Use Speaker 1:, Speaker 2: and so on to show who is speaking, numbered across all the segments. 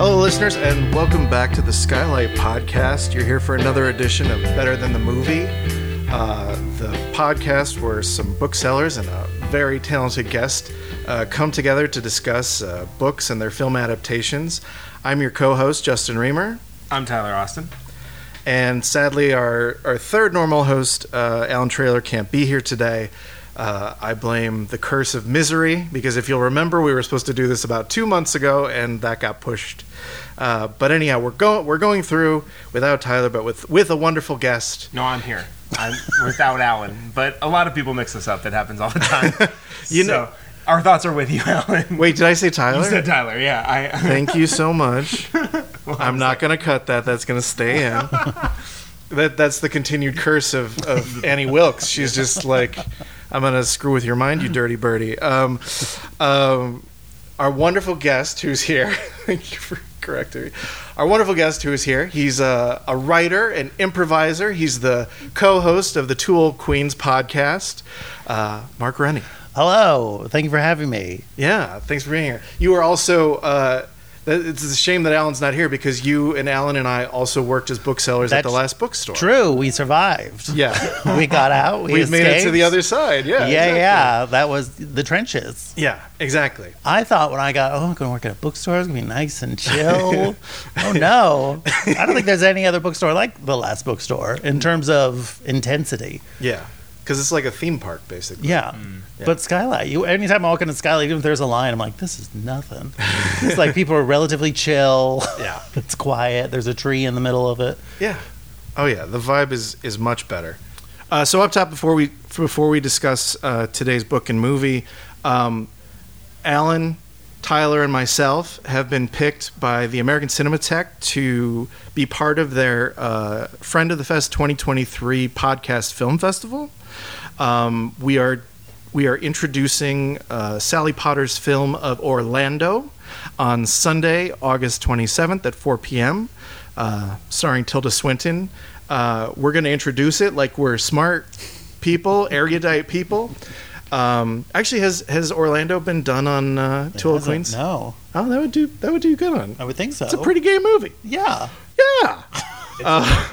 Speaker 1: listeners, and welcome back to the Skylight Podcast. You're here for another edition of Better Than the Movie, uh, the podcast where some booksellers and a very talented guest uh, come together to discuss uh, books and their film adaptations. I'm your co host, Justin Reamer,
Speaker 2: I'm Tyler Austin.
Speaker 1: and sadly, our, our third normal host, uh, Alan Trailer, can't be here today. Uh, I blame the curse of misery because if you'll remember, we were supposed to do this about two months ago, and that got pushed. Uh, but anyhow, we're going we're going through without Tyler, but with with a wonderful guest.
Speaker 2: No, I'm here. I'm without Alan, but a lot of people mix us up. That happens all the time.
Speaker 1: You
Speaker 2: you know, our thoughts are with you, Alan.
Speaker 1: Wait, did I say Tyler?
Speaker 2: You said Tyler. Yeah, I.
Speaker 1: Thank you so much. I'm not going to cut that. That's going to stay in. that that's the continued curse of, of Annie Wilkes. She's just like, I'm going to screw with your mind, you dirty birdie. Um, um, our wonderful guest who's here. Thank you for correcting me. Our wonderful guest who is here. He's a, a writer, an improviser. He's the co-host of the Tool Queens podcast. Uh, Mark Rennie.
Speaker 3: Hello. Thank you for having me.
Speaker 1: Yeah, thanks for being here. You are also. Uh, th- it's a shame that Alan's not here because you and Alan and I also worked as booksellers at the
Speaker 3: That's
Speaker 1: last bookstore.
Speaker 3: True. We survived.
Speaker 1: Yeah,
Speaker 3: we got out. We
Speaker 1: we have made it to
Speaker 3: escaped.
Speaker 1: the other side. Yeah,
Speaker 3: Yeah,
Speaker 1: exactly.
Speaker 3: yeah. That was the trenches.
Speaker 1: yeah, exactly.
Speaker 3: I thought when I got, oh, I'm going to work at a bookstore. It's going to be nice and chill. oh, no. I don't think there's any other bookstore like the last bookstore
Speaker 1: Mm.
Speaker 3: in terms of intensity.
Speaker 1: Yeah, because it's like a theme park basically.
Speaker 3: Yeah.
Speaker 1: Mm, Yeah.
Speaker 3: But Skylight, you, anytime I walk into Skylight, even if there's a line, I'm like, this is nothing. it's like people are relatively chill.
Speaker 1: Yeah.
Speaker 3: It's quiet. There's a tree in the middle of it.
Speaker 1: Yeah. Oh yeah, the vibe is is much better. Uh, so up top, before we before we discuss uh, today's book and movie, um, Alan, Tyler, and myself have been picked by the American Cinematheque to be part of their uh, Friend of the Fest 2023 podcast film festival. Um, we are we are introducing uh, Sally Potter's film of Orlando on Sunday, August 27th at 4 p.m., uh, starring Tilda Swinton. Uh, we're going to introduce it like we're smart people, erudite people. Um, actually, has has Orlando been done on uh, Tool of
Speaker 3: Doesn't-
Speaker 1: Queens?
Speaker 3: No.
Speaker 1: Oh, that would do that would do good on.
Speaker 3: I would think so.
Speaker 1: It's a pretty gay movie.
Speaker 3: Yeah.
Speaker 1: Yeah.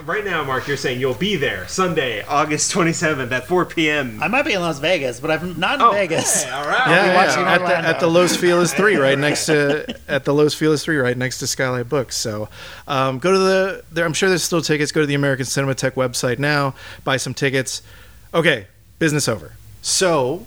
Speaker 2: right now, Mark, you're saying you'll be there Sunday, August 27th at 4 p.m.
Speaker 3: I might be in Las Vegas, but I'm not in Vegas.
Speaker 2: Oh, Hey, all right.
Speaker 1: yeah,
Speaker 3: watching
Speaker 1: yeah, At, the,
Speaker 3: Orlando.
Speaker 1: at the Los Feliz Three, right next to at the Los Feliz Three, right next to Skylight Books. So um, go to the. There, I'm sure there's still tickets. Go to the American Cinematheque website now. Buy some tickets. Okay, business over. So.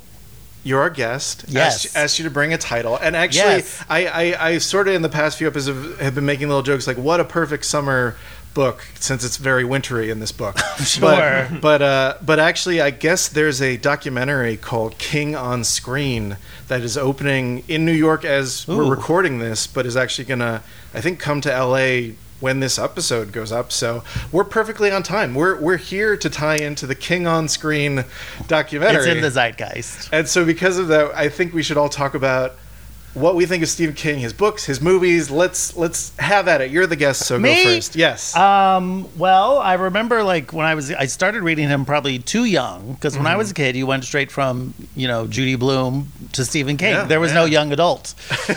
Speaker 1: You're our guest.
Speaker 3: Yes.
Speaker 1: Asked, asked you to bring a title. And actually,
Speaker 3: Yes.
Speaker 1: I, I, I sort of in the past few episodes have, have been making little jokes like, what a perfect summer book, since it's very wintry in this book.
Speaker 3: Sure.
Speaker 1: But, but, uh, but actually, I guess there's a documentary called King on Screen that is opening in New York as we're
Speaker 3: Ooh.
Speaker 1: recording this, but is actually going to, I think, come to LA when this episode goes up. So we're perfectly on time. We're, we're here to tie into the King on Screen documentary.
Speaker 3: It's in the zeitgeist.
Speaker 1: And so, because of that, I think we should all talk about what we think of Stephen King, his books, his movies. Let's let's have at it. You're the guest, so
Speaker 3: Me?
Speaker 1: go first. Yes.
Speaker 3: Um, well, I remember like when I was I started reading him probably too young because when I
Speaker 1: Mm-hmm.
Speaker 3: was a kid, you went straight from you know Judy Bloom to Stephen King.
Speaker 1: Yeah,
Speaker 3: there was no young adult,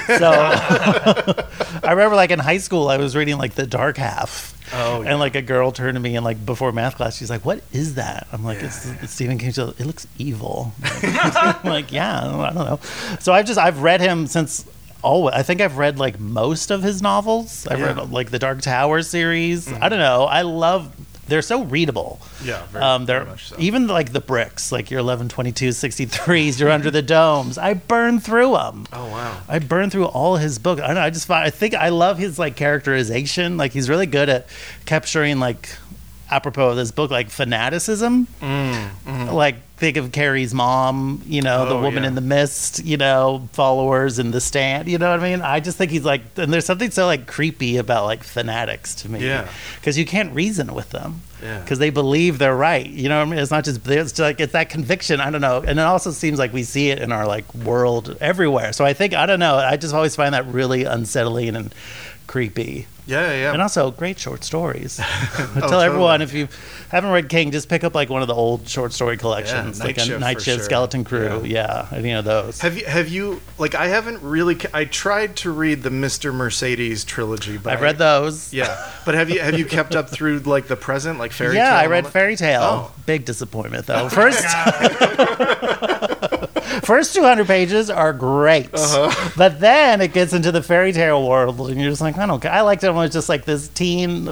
Speaker 3: so I remember like in high school, I was reading like The Dark Half.
Speaker 1: Oh, yeah.
Speaker 3: And like a girl turned to me and like before math class, she's like, "What is that?" I'm like, "It's, it's Stephen King." She's like, "It looks evil." I'm like, "Yeah, I don't know." So I've just I've read him since always. I think I've read like most of his novels. I've
Speaker 1: Yeah. Mm-hmm.
Speaker 3: read like the Dark Tower series. I don't know. I love. They're so readable.
Speaker 1: Yeah, very-
Speaker 3: um, they're
Speaker 1: very much so.
Speaker 3: even like the bricks, like your 11, 22, 63s, your Under the Domes. I burn through them.
Speaker 1: oh wow.
Speaker 3: I burned through all his books. I don't know. I just find, I think I love his like characterization. Like he's really good at capturing like apropos of this book like fanaticism.
Speaker 1: Mm.
Speaker 3: Mm-hmm. Like think of Carrie's mom, you know, the
Speaker 1: Oh,
Speaker 3: woman
Speaker 1: yeah.
Speaker 3: in the mist, you know, followers in the stand. You know what I mean? I just think he's like, and there's something so like creepy about like fanatics to me.
Speaker 1: Yeah.
Speaker 3: because you can't reason with them.
Speaker 1: Yeah.
Speaker 3: Because they believe they're right. You know what I mean? It's not just, it's like, it's that conviction. I don't know. And it also seems like we see it in our like world everywhere. So I think, I don't know. I just always find that really unsettling and creepy.
Speaker 1: Yeah, yeah. Oh,
Speaker 3: And also great short stories. I tell
Speaker 1: totally.
Speaker 3: everyone if you haven't read King, just pick up like one of the old short story collections,
Speaker 1: Night
Speaker 3: like a
Speaker 1: Shift
Speaker 3: Night
Speaker 1: for
Speaker 3: Shift,
Speaker 1: sure.
Speaker 3: Skeleton Crew, yeah. any of those.
Speaker 1: Have you have you like I haven't really ca- I tried to read the Mr. Mercedes trilogy, but
Speaker 3: I've read those.
Speaker 1: Yeah, but have you have you kept up through like the present, like fairy?
Speaker 3: yeah,
Speaker 1: Tale
Speaker 3: I
Speaker 1: and
Speaker 3: read
Speaker 1: all that?
Speaker 3: Fairy Tale.
Speaker 1: Oh.
Speaker 3: Big disappointment though. First, first two hundred pages are great,
Speaker 1: Uh-huh.
Speaker 3: but then it gets into the fairy tale world, and you're just like, I don't. care. I liked it when it's just like this teen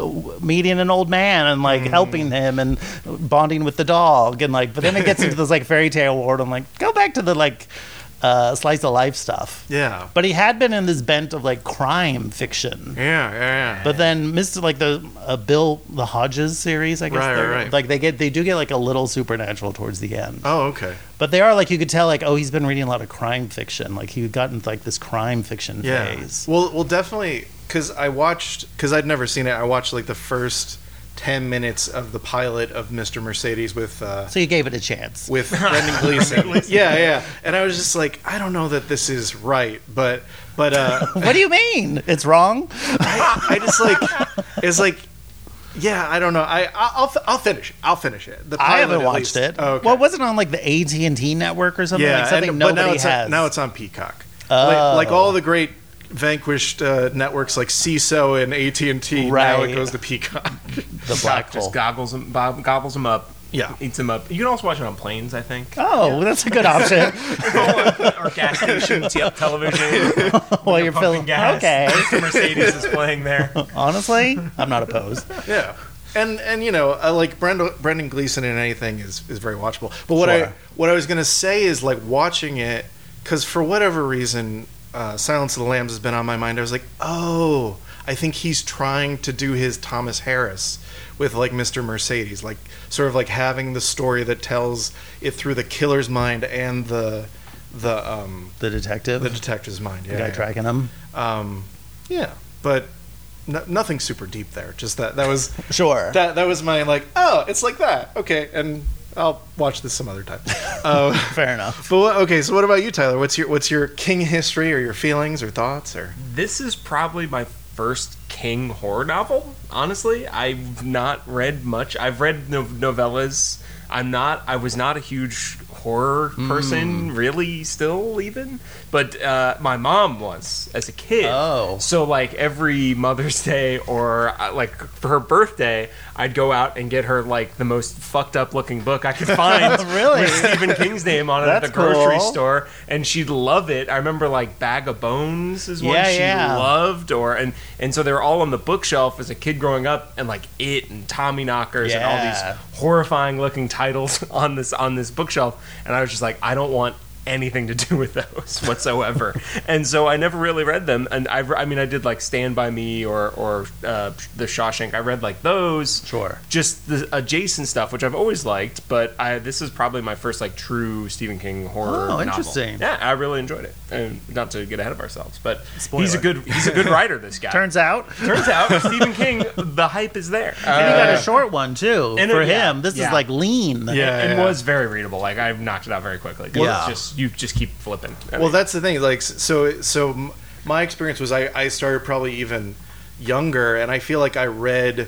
Speaker 3: meeting an old man and like
Speaker 1: Mm.
Speaker 3: helping him and bonding with the dog, and like. But then it gets into this like fairy tale world. I'm like, go back to the like uh, slice of life stuff.
Speaker 1: Yeah,
Speaker 3: But he had been in this bent of like crime fiction.
Speaker 1: yeah, yeah. yeah.
Speaker 3: But then Mr. like the uh, Bill the Hodges series, I guess.
Speaker 1: Right,
Speaker 3: they're-
Speaker 1: right, right.
Speaker 3: Like they get they do get like a little supernatural towards the end.
Speaker 1: oh, okay.
Speaker 3: But they are like you could tell like oh he's been reading a lot of crime fiction. Like he got into like this crime fiction
Speaker 1: Yeah.
Speaker 3: phase.
Speaker 1: Well, well, definitely because I watched because I'd never seen it. I watched like the first ten minutes of the pilot of Mr. Mercedes with. Uh,
Speaker 3: So you gave it a chance.
Speaker 1: with Brendan Gleeson. yeah, yeah. And I was just like, I don't know that this is right, but but uh
Speaker 3: What do you mean? It's wrong.
Speaker 1: I, I just like it's like yeah, I don't know. I I- I'll fi- I'll finish. it. I'll finish it. The
Speaker 3: I
Speaker 1: pilot,
Speaker 3: haven't
Speaker 1: at
Speaker 3: watched
Speaker 1: least.
Speaker 3: it.
Speaker 1: Oh, okay.
Speaker 3: Well, was it on like the AT and T network or something? like something
Speaker 1: and- but
Speaker 3: nobody
Speaker 1: now it's
Speaker 3: has.
Speaker 1: On, now it's on Peacock. Like, like
Speaker 3: Oh.
Speaker 1: all the great vanquished uh, networks like CISO and AT and T. Now
Speaker 3: Right.
Speaker 1: it goes to Peacock.
Speaker 3: the black hole.
Speaker 2: Just goggles him, bob, gobbles him up.
Speaker 1: Yeah.
Speaker 2: eats him up. You can also watch it on planes, I think,
Speaker 3: Oh, well, that's a good option.
Speaker 2: or gas stations, te- television.
Speaker 3: While you're
Speaker 2: pumping
Speaker 3: filling.
Speaker 2: gas.
Speaker 3: Okay.
Speaker 2: Mr. Mercedes is playing there.
Speaker 3: Honestly, I'm not opposed.
Speaker 1: yeah. And and you know I like Brendan Brendan Gleeson in anything is is very watchable. But what I
Speaker 3: Sure.
Speaker 1: what I was gonna say is like watching it because for whatever reason, uh, Silence of the Lambs has been on my mind. I was like, oh, I think he's trying to do his Thomas Harris with like Mr. Mercedes, like sort of like having the story that tells it through the killer's mind and the the um
Speaker 3: The detective,
Speaker 1: the
Speaker 3: the,
Speaker 1: detective's mind. Yeah,
Speaker 3: guy
Speaker 1: yeah.
Speaker 3: tracking him.
Speaker 1: Um, yeah, but. No, nothing super deep there. Just that that was
Speaker 3: Sure.
Speaker 1: that that was my like oh it's like that okay and I'll watch this some other time. Uh,
Speaker 3: Fair enough.
Speaker 1: but what, okay, so what about you, Tyler? What's your what's your King history or your feelings or thoughts or
Speaker 2: This is probably my first King horror novel. Honestly, I've not read much. I've read no- novellas. I'm not. I was not a huge horror
Speaker 3: Hmm.
Speaker 2: person, really. Still, even. But uh, my mom was as a kid.
Speaker 3: Oh.
Speaker 2: So like every Mother's Day or uh, like for her birthday, I'd go out and get her like the most fucked up looking book I could find.
Speaker 3: Really?
Speaker 2: With Stephen King's name on it at the
Speaker 3: That's
Speaker 2: grocery
Speaker 3: cool.
Speaker 2: store, and she'd love it. I remember like Bag of Bones is one
Speaker 3: Yeah,
Speaker 2: she
Speaker 3: yeah.
Speaker 2: loved, or and and so they were all on the bookshelf as a kid growing up, and like it and Tommy Knockers and all
Speaker 3: Yeah.
Speaker 2: these horrifying looking titles on this on this bookshelf, and I was just like, I don't want anything to do with those whatsoever, and so I never really read them. And I, I mean, I did like Stand by Me or or uh, The Shawshank. I read like those,
Speaker 3: Sure.
Speaker 2: just the adjacent stuff, which I've always liked, but I this is probably my first like true Stephen King horror.
Speaker 3: Oh,
Speaker 2: novel.
Speaker 3: interesting.
Speaker 2: Yeah, I really enjoyed it. And not to get ahead of ourselves, but he's a
Speaker 3: Spoiler.
Speaker 2: good he's a good writer. This guy
Speaker 3: Turns out,
Speaker 2: Turns out Stephen King, the hype is there.
Speaker 3: and he got
Speaker 2: Uh,
Speaker 3: a short one too
Speaker 2: and
Speaker 3: for
Speaker 2: it- yeah,
Speaker 3: him. This
Speaker 2: yeah.
Speaker 3: is like lean.
Speaker 1: Yeah.
Speaker 2: it was very readable. Like I've knocked it out very quickly.
Speaker 3: Well,
Speaker 2: It's just you just keep flipping. I
Speaker 1: well
Speaker 2: mean,
Speaker 1: that's the thing like so so m- my experience was I I started probably even younger and I feel like I read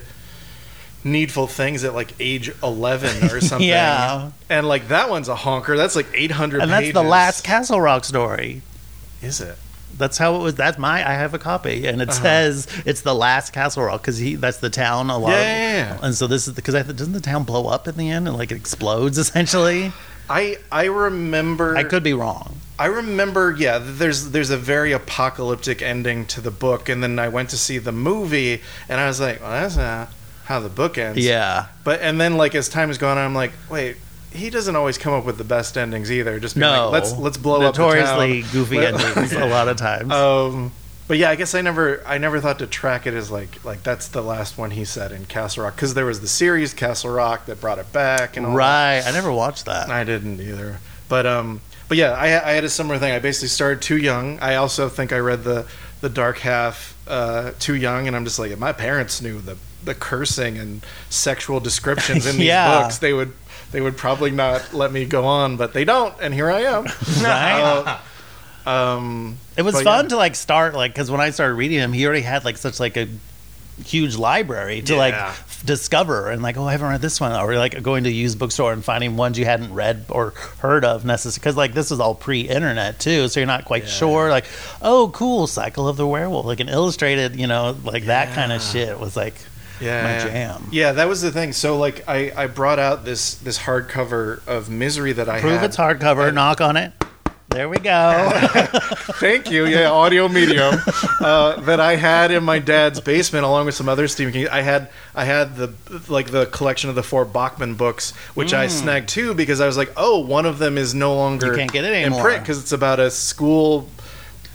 Speaker 1: needful things at like age 11 or something
Speaker 3: Yeah.
Speaker 1: and like that one's a honker that's like 800
Speaker 3: and that's the
Speaker 1: pages.
Speaker 3: last Castle Rock story.
Speaker 1: is it
Speaker 3: That's how it was. That's my. I have a copy, and it says it's the last Castle Rock because he. That's the town. A lot.
Speaker 1: Yeah,
Speaker 3: of,
Speaker 1: yeah, yeah.
Speaker 3: And so this is because I doesn't the town blow up in the end and like it explodes essentially.
Speaker 1: I I remember
Speaker 3: I could be wrong.
Speaker 1: I remember, yeah, th- there's there's a very apocalyptic ending to the book, and then I went to see the movie, and I was like, well, that's not how the book ends.
Speaker 3: Yeah.
Speaker 1: But and then like as time has gone on, I'm like, wait, he doesn't always come up with the best endings either. Just being
Speaker 3: No.
Speaker 1: like, let's let's blow
Speaker 3: notoriously
Speaker 1: up the town.
Speaker 3: goofy
Speaker 1: Let-
Speaker 3: endings a lot of times.
Speaker 1: Um, but yeah, I guess I never I never thought to track it as like like that's the last one he said in Castle Rock because there was the series Castle Rock that brought it back and all that.
Speaker 3: right. I never watched that.
Speaker 1: I didn't either. But um, but yeah, I, I had a similar thing. I basically started too young. I also think I read the the Dark Half uh, too young, and I'm just like, if my parents knew the the cursing and sexual descriptions in these
Speaker 3: Yeah.
Speaker 1: books, they would they would probably not let me go on. But they don't, and here I am.
Speaker 3: Right?
Speaker 1: Uh, Um,
Speaker 3: It was
Speaker 1: but
Speaker 3: fun
Speaker 1: yeah.
Speaker 3: to like start like because when I started reading him, he already had like such like a huge library to like
Speaker 1: Yeah.
Speaker 3: f- discover and like oh I haven't read this one or like going to a used bookstore and finding ones you hadn't read or heard of necessarily because like this is all pre-internet too so you're not quite sure like oh cool cycle of the werewolf like an illustrated you know like that kind of shit was like
Speaker 1: yeah,
Speaker 3: my
Speaker 1: yeah.
Speaker 3: jam.
Speaker 1: Yeah, that was the thing. So like, I, I brought out this this hardcover of misery that I
Speaker 3: prove
Speaker 1: had.
Speaker 3: it's hardcover knock on it there we go
Speaker 1: Thank you. Yeah, audio medium uh, that I had in my dad's basement, along with some other Stephen King. I had I had the like the collection of the four Bachman books, which I snagged too because I was like, oh, one of them is no longer
Speaker 3: Mm. You can't get it
Speaker 1: in
Speaker 3: anymore.
Speaker 1: print because it's about a school.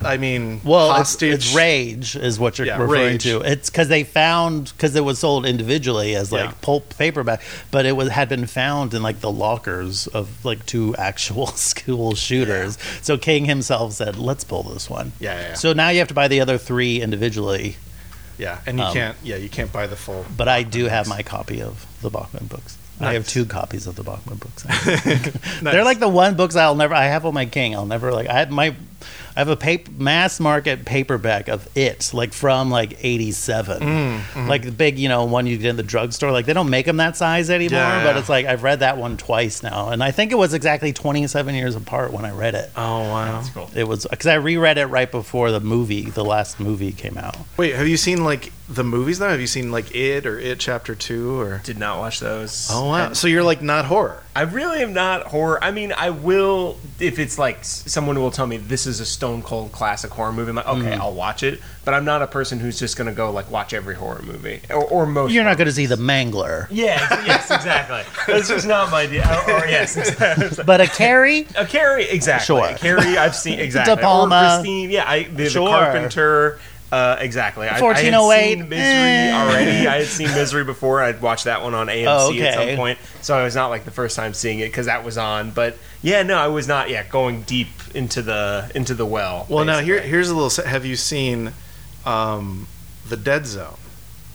Speaker 1: I mean,
Speaker 3: Well, it's-
Speaker 1: hostage.
Speaker 3: It's, rage is what you're
Speaker 1: Yeah,
Speaker 3: referring
Speaker 1: rage.
Speaker 3: to. It's because they found because it was sold individually as like
Speaker 1: Yeah.
Speaker 3: pulp paperback, but it was had been found in like the lockers of like two actual school shooters. So King himself said, "Let's pull this one."
Speaker 1: Yeah, yeah, yeah.
Speaker 3: So now you have to buy the other three individually,
Speaker 1: yeah, and you
Speaker 3: um,
Speaker 1: can't. Yeah, you can't buy the full.
Speaker 3: but I do have my copy of the Bachman books. I have
Speaker 1: Nice.
Speaker 3: two copies of the Bachman books.
Speaker 1: Nice.
Speaker 3: They're like the one books I'll never. I have on my King. I'll never like. I have my. I have a pap- mass market paperback of it, like from like '87,
Speaker 2: Mm,
Speaker 3: like the big, you know, one you get in the drugstore. Like they don't make them that size anymore,
Speaker 1: Yeah,
Speaker 3: but
Speaker 1: yeah.
Speaker 3: it's like I've read that one twice now, and I think it was exactly 27 years apart when I read it.
Speaker 1: Oh wow!
Speaker 2: That's cool.
Speaker 3: It was because I reread it right before the movie, the last movie came out.
Speaker 1: Wait, have you seen like the movies now? Have you seen like It or It Chapter Two or?
Speaker 2: Did not watch those.
Speaker 1: Oh wow! So you're like not horror.
Speaker 2: I really am not horror. I mean, I will if it's like s- someone will tell me this is a stone cold classic horror movie. I'm like, okay,
Speaker 1: Mm.
Speaker 2: I'll watch it. But I'm not a person who's just gonna go like watch every horror movie or, or most.
Speaker 3: You're not going to see the Mangler,
Speaker 2: Yeah. ex- Yes. Exactly. That's just not my idea. Or, or yes. exactly.
Speaker 3: but a Carrie.
Speaker 2: A Carrie, exactly.
Speaker 3: Sure.
Speaker 2: A Carrie, I've seen exactly.
Speaker 3: De Palma.
Speaker 2: Or Christine, yeah. I, the,
Speaker 3: Sure.
Speaker 2: the Carpenter. Uh, exactly. I- I, had
Speaker 3: 1408,
Speaker 2: seen Misery
Speaker 3: eh.
Speaker 2: already. I had seen Misery before. I'd watched that one on AMC
Speaker 3: Oh,
Speaker 2: at
Speaker 3: okay.
Speaker 2: some point, so it was not like the first time seeing it because that was on. But yeah, no, I was not. Yeah, going deep into the into the well.
Speaker 1: Well, now here
Speaker 2: basically.
Speaker 1: here's a little. se- Have you seen um, the Dead Zone?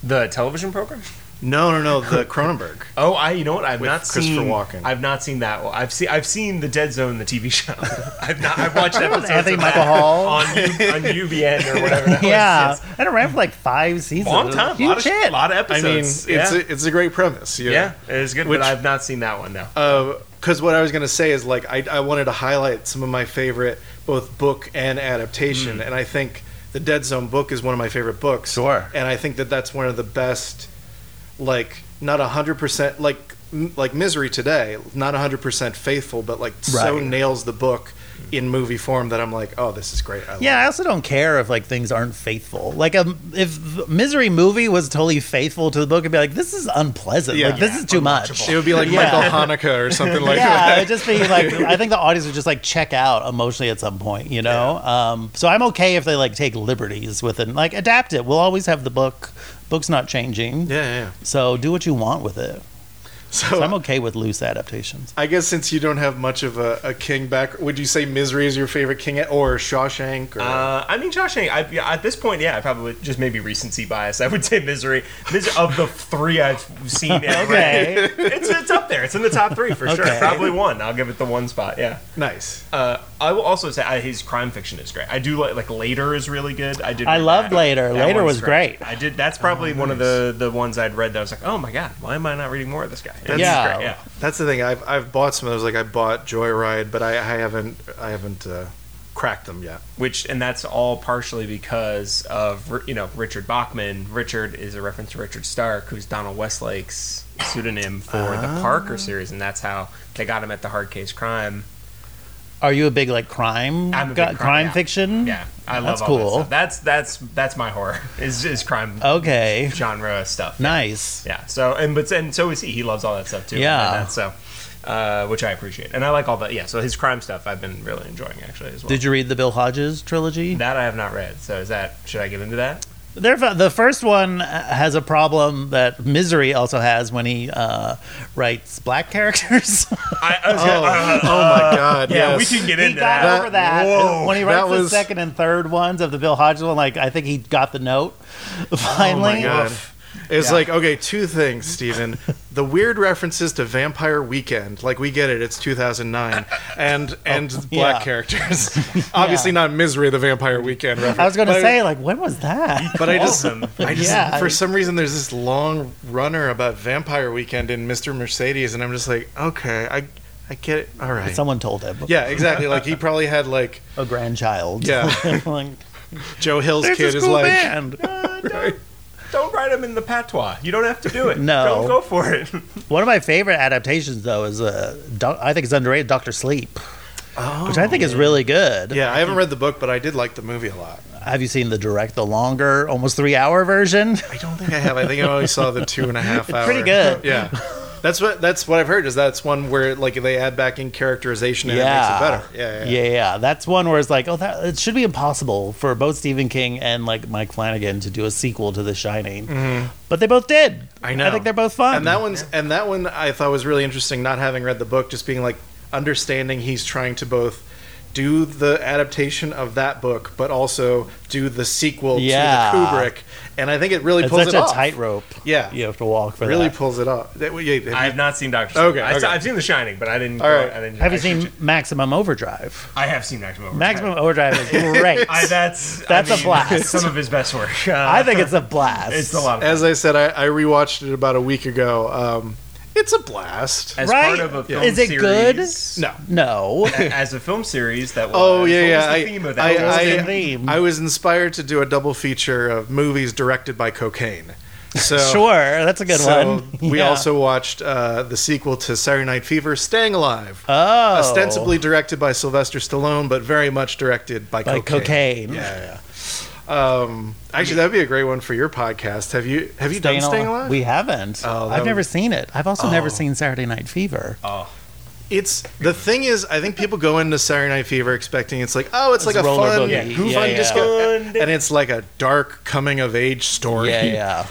Speaker 2: the television program.
Speaker 1: No, no, no. The Cronenberg.
Speaker 2: Oh, I you know what I've
Speaker 1: With
Speaker 2: not
Speaker 1: Christopher
Speaker 2: seen.
Speaker 1: Walken.
Speaker 2: I've not seen that. one. I've seen I've seen the Dead Zone, the TV show. I've not. I've watched episodes
Speaker 3: Anthony
Speaker 2: of
Speaker 3: Michael
Speaker 2: that
Speaker 3: Hall.
Speaker 2: on U, on UBN or whatever. That
Speaker 3: Yeah,
Speaker 2: was.
Speaker 3: and it ran for like five seasons.
Speaker 2: long
Speaker 3: It was a
Speaker 2: time. A
Speaker 3: huge
Speaker 2: lot, of,
Speaker 3: hit.
Speaker 2: lot of
Speaker 1: I
Speaker 2: episodes.
Speaker 1: mean, it's
Speaker 2: yeah.
Speaker 1: a, it's a great premise. You
Speaker 2: yeah, it is good,
Speaker 1: Which- Uh,
Speaker 2: but I've not seen that one though.
Speaker 1: Because what I was going to say is like I, I wanted to highlight some of my favorite both book and adaptation, and I think the Dead Zone book is one of my favorite books.
Speaker 3: Sure.
Speaker 1: And I think that that's one of the best, like not hundred percent like m- like Misery today, not hundred percent faithful, but like so
Speaker 3: Right.
Speaker 1: nails the book in movie form that I'm like, oh, this is great. I love
Speaker 3: Yeah, I also don't care if like things aren't faithful. Like um, if the Misery movie was totally faithful to the book, I'd be like, this is unpleasant.
Speaker 1: Yeah.
Speaker 3: Like this
Speaker 1: Yeah,
Speaker 3: is too much.
Speaker 1: It would be like Michael Hanukkah or something like
Speaker 3: yeah,
Speaker 1: that.
Speaker 3: it'd just be like I think the audience would just like check out emotionally at some point, you know. Um, so I'm okay if they like take liberties with it, and, like adapt it. We'll always have the book. Book's not changing,
Speaker 1: Yeah, yeah. yeah.
Speaker 3: so do what you want with it. So
Speaker 1: So
Speaker 3: I'm okay with loose adaptations.
Speaker 1: I guess since you don't have much of a, a king back, would you say Misery is your favorite king or Shawshank? Or,
Speaker 2: Uh, I mean, Shawshank. I, yeah, at this point, yeah, I probably just maybe recency bias. I would say Misery. Mis- of the three I've seen, and read,
Speaker 3: Okay.
Speaker 2: it's it's up there. It's in the top three for
Speaker 3: Okay.
Speaker 2: sure. Probably one. I'll give it the one spot. Yeah.
Speaker 1: nice.
Speaker 2: Uh, I will also say uh, his crime fiction is great. I do like like Later is really good. I did.
Speaker 3: I
Speaker 2: read
Speaker 3: loved
Speaker 2: that.
Speaker 3: Later.
Speaker 2: That
Speaker 3: Later
Speaker 2: one's
Speaker 3: was great. Oh,
Speaker 2: I did. That's probably one of the the ones I'd read that I was like, oh my god, why am I not reading more of this guy? It's
Speaker 3: Yeah.
Speaker 2: great, yeah.
Speaker 1: That's the thing. I've, I've bought some of those. Like I bought Joyride, but I, I haven't I haven't uh, cracked them yet.
Speaker 2: which and that's all partially because of you know Richard Bachman. Richard is a reference to Richard Stark, who's Donald Westlake's pseudonym for the
Speaker 3: Ah.
Speaker 2: Parker series, and that's how they got him at the Hard Case Crime.
Speaker 3: Are you a big like crime
Speaker 2: I'm a big
Speaker 3: guy-
Speaker 2: crime-
Speaker 3: crime
Speaker 2: yeah.
Speaker 3: fiction?
Speaker 2: Yeah, I love
Speaker 3: Hmm. That's
Speaker 2: all that
Speaker 3: cool. Uh,
Speaker 2: stuff. That's that's that's my horror is is crime
Speaker 3: Okay.
Speaker 2: genre stuff.
Speaker 3: Nice.
Speaker 2: Yeah. So and but and so is he. He loves all that stuff too.
Speaker 3: Yeah.
Speaker 2: And that's so. Uh, which I appreciate, and I like all that. Yeah, so his crime stuff I've been really enjoying actually as well.
Speaker 3: Did you read the Bill Hodges trilogy?
Speaker 2: that I have not read. So is that should I get into that?
Speaker 3: They're, fi- the first one uh, has a problem that Misery also has when he uh, writes black characters.
Speaker 2: I, I was
Speaker 1: Oh,
Speaker 2: gonna-
Speaker 1: oh my god!
Speaker 2: Yeah,
Speaker 1: yes.
Speaker 2: we can get
Speaker 3: he
Speaker 2: into
Speaker 3: got
Speaker 2: that.
Speaker 3: over that
Speaker 2: Whoa.
Speaker 3: when he writes
Speaker 1: that
Speaker 3: the
Speaker 1: was-
Speaker 3: second and third ones of the Bill Hodges one. Like I think he got the note
Speaker 1: Oh
Speaker 3: finally.
Speaker 1: my god! It's
Speaker 2: Yeah.
Speaker 1: like, okay, two things, Steven. the weird references to Vampire Weekend, like we get it, it's 2009, and and black
Speaker 3: Oh, yeah.
Speaker 1: characters. Obviously not Misery the Vampire Weekend reference.
Speaker 3: I was going
Speaker 1: but
Speaker 3: to say, like, when was that? Oh.
Speaker 1: but I just,
Speaker 2: Awesome.
Speaker 1: I just
Speaker 3: Yeah,
Speaker 1: for
Speaker 3: I-
Speaker 1: some reason there's this long runner about Vampire Weekend in Mr. Mercedes, and I'm just like, okay, I I get it. All right.
Speaker 3: Someone told him.
Speaker 1: Yeah, exactly. Like he probably had like
Speaker 3: A grandchild.
Speaker 1: Yeah.
Speaker 3: like,
Speaker 1: Joe Hill's
Speaker 3: "There's
Speaker 1: kid
Speaker 3: this
Speaker 1: is
Speaker 3: cool
Speaker 1: like
Speaker 3: band.
Speaker 2: Don't write them in the patois. You don't have to do it.
Speaker 3: No.
Speaker 2: Don't go for it.
Speaker 3: One of my favorite adaptations, though, is uh, doc- I think it's underrated Doctor Sleep, which I think is really good.
Speaker 1: Oh. Yeah, I haven't read the book, but I did like the movie a lot.
Speaker 3: Have you seen the direct, the longer, almost three hour version?
Speaker 1: I don't think I have. I think I only saw the two and a half hour.
Speaker 3: pretty good.
Speaker 1: Yeah, that's what that's what I've heard. Is that's one where like they add back in characterization and it makes it better. Yeah, yeah.
Speaker 3: yeah, yeah. That's one where it's like, oh, that it should be impossible for both Stephen King and like Mike Flanagan to do a sequel to The Shining, but they both did.
Speaker 1: Mm-hmm. I know.
Speaker 3: I think they're both fun.
Speaker 1: And that one's and that one I thought was really interesting. Not having read the book, just being like understanding he's trying to both do the adaptation of that book, but also do the sequel
Speaker 3: Yeah.
Speaker 1: to the Kubrick. And I think it really
Speaker 3: it's
Speaker 1: pulls
Speaker 3: such
Speaker 1: it
Speaker 3: a
Speaker 1: off.
Speaker 3: tightrope.
Speaker 1: Yeah.
Speaker 3: you have to walk for
Speaker 1: really
Speaker 3: that.
Speaker 1: pulls it off. That- yeah, have you-
Speaker 2: I have not seen Doctor.
Speaker 1: Okay,
Speaker 2: Sleep. I,
Speaker 1: okay.
Speaker 2: have seen The Shining, but I didn't.
Speaker 1: All right.
Speaker 2: I didn't
Speaker 3: have you
Speaker 2: actually
Speaker 3: seen Maximum Overdrive?
Speaker 2: I have seen Maximum Overdrive.
Speaker 3: Maximum Overdrive is great.
Speaker 2: I, that's
Speaker 3: That's
Speaker 2: I
Speaker 3: a blast.
Speaker 2: Some of his best work. Uh,
Speaker 3: I think it's a blast.
Speaker 2: it's a lot. Of,
Speaker 1: As I said, I, I rewatched it about a week ago. Um, it's a blast.
Speaker 2: as
Speaker 3: Right?
Speaker 2: part of a film
Speaker 3: Is it good?
Speaker 2: series-
Speaker 1: No.
Speaker 3: No,
Speaker 2: As a film series that was.
Speaker 1: Oh yeah,
Speaker 2: what
Speaker 1: yeah.
Speaker 2: Was
Speaker 1: I,
Speaker 2: the theme of
Speaker 1: I,
Speaker 2: that. What was
Speaker 1: I-
Speaker 3: the theme?
Speaker 1: I was inspired to do a double feature of movies directed by cocaine. So
Speaker 3: sure, that's a good
Speaker 1: so
Speaker 3: one.
Speaker 1: we
Speaker 3: Yeah.
Speaker 1: also watched uh, the sequel to Saturday Night Fever, Staying Alive,
Speaker 3: oh,
Speaker 1: ostensibly directed by Sylvester Stallone, but very much directed by,
Speaker 3: like cocaine.
Speaker 1: Yeah, yeah. Um, actually, that'd be a great one for your podcast. Have you have you done Staying Alive?
Speaker 3: We haven't.
Speaker 1: Oh, that
Speaker 3: I've never
Speaker 1: would-
Speaker 3: seen it. I've also never
Speaker 1: Oh.
Speaker 3: seen Saturday Night Fever.
Speaker 1: It's the thing is, I think people go into Saturday Night Fever expecting it's like, oh, it's,
Speaker 3: It's
Speaker 1: like a
Speaker 3: roller
Speaker 1: fun,
Speaker 3: boogie. Yeah.
Speaker 1: fun
Speaker 3: Yeah, yeah.
Speaker 1: disco,
Speaker 2: Fun.
Speaker 1: and it's like a dark coming of age story.
Speaker 3: Yeah, yeah.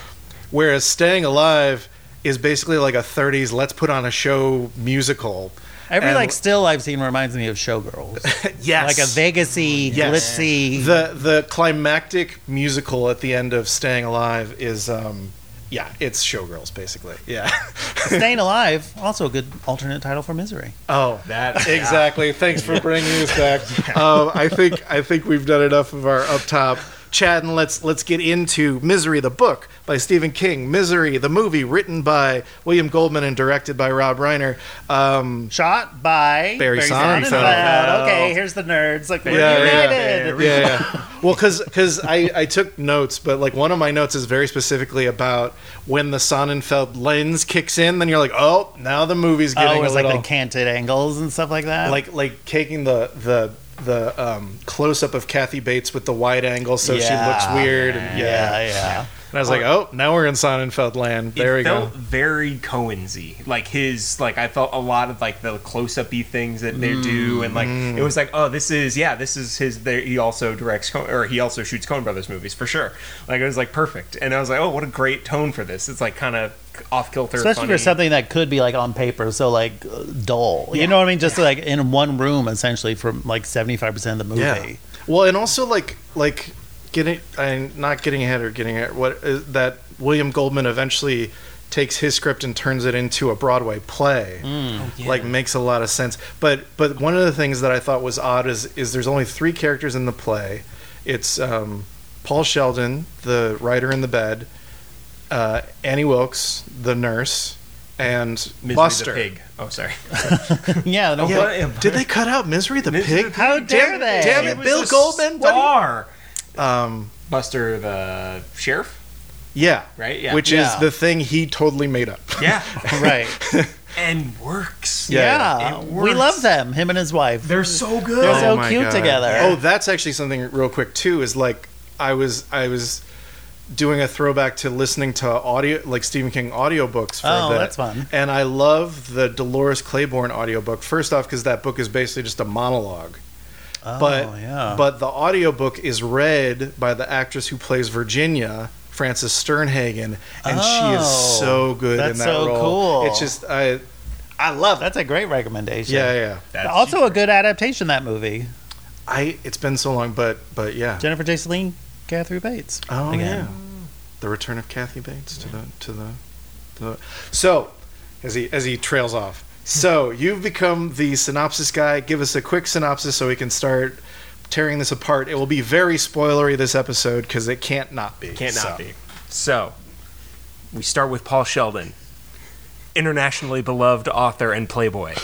Speaker 1: Whereas Staying Alive is basically like a '30s let's put on a show musical.
Speaker 3: Every
Speaker 1: And-
Speaker 3: like still I've seen reminds me of Showgirls,
Speaker 1: yes,
Speaker 3: like a Vegasy,
Speaker 1: Yes.
Speaker 3: glitzy.
Speaker 1: the the climactic musical at the end of Staying Alive is. um yeah, it's Showgirls basically. Yeah.
Speaker 3: Staying Alive, also a good alternate title for Misery.
Speaker 1: Oh,
Speaker 2: That
Speaker 1: Exactly. Thanks for bringing this back. Um, I think I think we've done enough of our up top chat, and let's let's get into Misery, the book by Stephen King. Misery, the movie, written by William Goldman and directed by Rob Reiner. Um,
Speaker 3: Shot by
Speaker 1: Barry Sonnenfeld.
Speaker 3: Sonnenfeld. Okay, here's the nerds. Like we're
Speaker 1: Yeah, yeah,
Speaker 3: united.
Speaker 1: yeah, yeah. Well, because I, I took notes, but like one of my notes is very specifically about when the Sonnenfeld lens kicks in, then you're like, oh, now the movie's getting
Speaker 3: Oh, it
Speaker 1: a
Speaker 3: was like
Speaker 1: little
Speaker 3: the canted angles and stuff like that.
Speaker 1: like like taking the the the um, close up of Kathy Bates with the wide angle, so she
Speaker 3: Yeah.
Speaker 1: looks weird. And, yeah.
Speaker 3: yeah, yeah.
Speaker 1: and I was like, oh, now we're in Sonnenfeld land. There
Speaker 2: it
Speaker 1: we
Speaker 2: felt
Speaker 1: go.
Speaker 2: very Coensy. Like his, like I felt a lot of like the close-upy things that they
Speaker 1: Mm-hmm.
Speaker 2: do, and like it was like, oh, this is yeah, this is his. There, he also directs Coen, or he also shoots Coen Brothers movies for sure. Like it was like perfect, and I was like, oh, what a great tone for this. It's like kind of off kilter,
Speaker 3: especially for something that could be like on paper so like uh, dull you know what i mean just like in one room essentially from like 75% of the movie
Speaker 1: Yeah. Well, and also like like getting I'm not getting ahead or getting ahead, what is that William Goldman eventually takes his script and turns it into a Broadway play. Like makes a lot of sense. But but one of the things that I thought was odd is is there's only three characters in the play. It's um, Paul Sheldon, the writer in the bed, uh, Annie Wilkes, the nurse, and Buster.
Speaker 2: Buster. Pig. Oh, sorry.
Speaker 3: yeah, no,
Speaker 1: Yeah.
Speaker 2: What?
Speaker 1: Did they cut out Misery the
Speaker 2: Misery
Speaker 1: pig?
Speaker 2: the
Speaker 3: how dare
Speaker 1: Damn-
Speaker 3: they
Speaker 1: damn
Speaker 2: He
Speaker 1: it,
Speaker 2: was
Speaker 1: Bill
Speaker 2: a
Speaker 1: Goldman, what do you-
Speaker 2: Star.
Speaker 1: Um,
Speaker 2: Buster the sheriff.
Speaker 1: Yeah.
Speaker 2: Right? Yeah.
Speaker 1: Which
Speaker 3: Yeah.
Speaker 1: is the thing he totally made up.
Speaker 2: Yeah,
Speaker 3: right
Speaker 2: and works.
Speaker 1: Yeah,
Speaker 3: yeah,
Speaker 2: It
Speaker 3: we
Speaker 2: works.
Speaker 3: love them him and his wife
Speaker 2: They're so good.
Speaker 3: They're so cute together.
Speaker 1: Oh, that's actually something real quick too. Is like I was I was doing a throwback to listening to audio like Stephen King audiobooks for a
Speaker 3: Oh,
Speaker 1: bit.
Speaker 3: that's fun.
Speaker 1: And I love the Dolores Claiborne audiobook. First off cuz that book is basically just a monologue.
Speaker 3: Oh,
Speaker 1: but
Speaker 3: yeah
Speaker 1: but the audiobook is read by the actress who plays Virginia, Frances Sternhagen, and she is
Speaker 3: Oh,
Speaker 1: so good in
Speaker 3: that's
Speaker 1: that
Speaker 3: so
Speaker 1: role.
Speaker 3: cool.
Speaker 1: It's just I I love it.
Speaker 3: that's a great recommendation
Speaker 1: Yeah, yeah.
Speaker 2: That's
Speaker 3: also a good adaptation that movie
Speaker 1: I it's been so long, but but yeah.
Speaker 3: jennifer jason lee Catherine Bates.
Speaker 1: Oh
Speaker 3: Again.
Speaker 1: yeah. the return of Kathy Bates to the to the, to the so as he as he trails off. So you've become the synopsis guy. Give us a quick synopsis so we can start tearing this apart. It will be very spoilery this episode because it can't not be.
Speaker 2: Can't
Speaker 1: So,
Speaker 2: not be. So, we start with Paul Sheldon, internationally beloved author and playboy.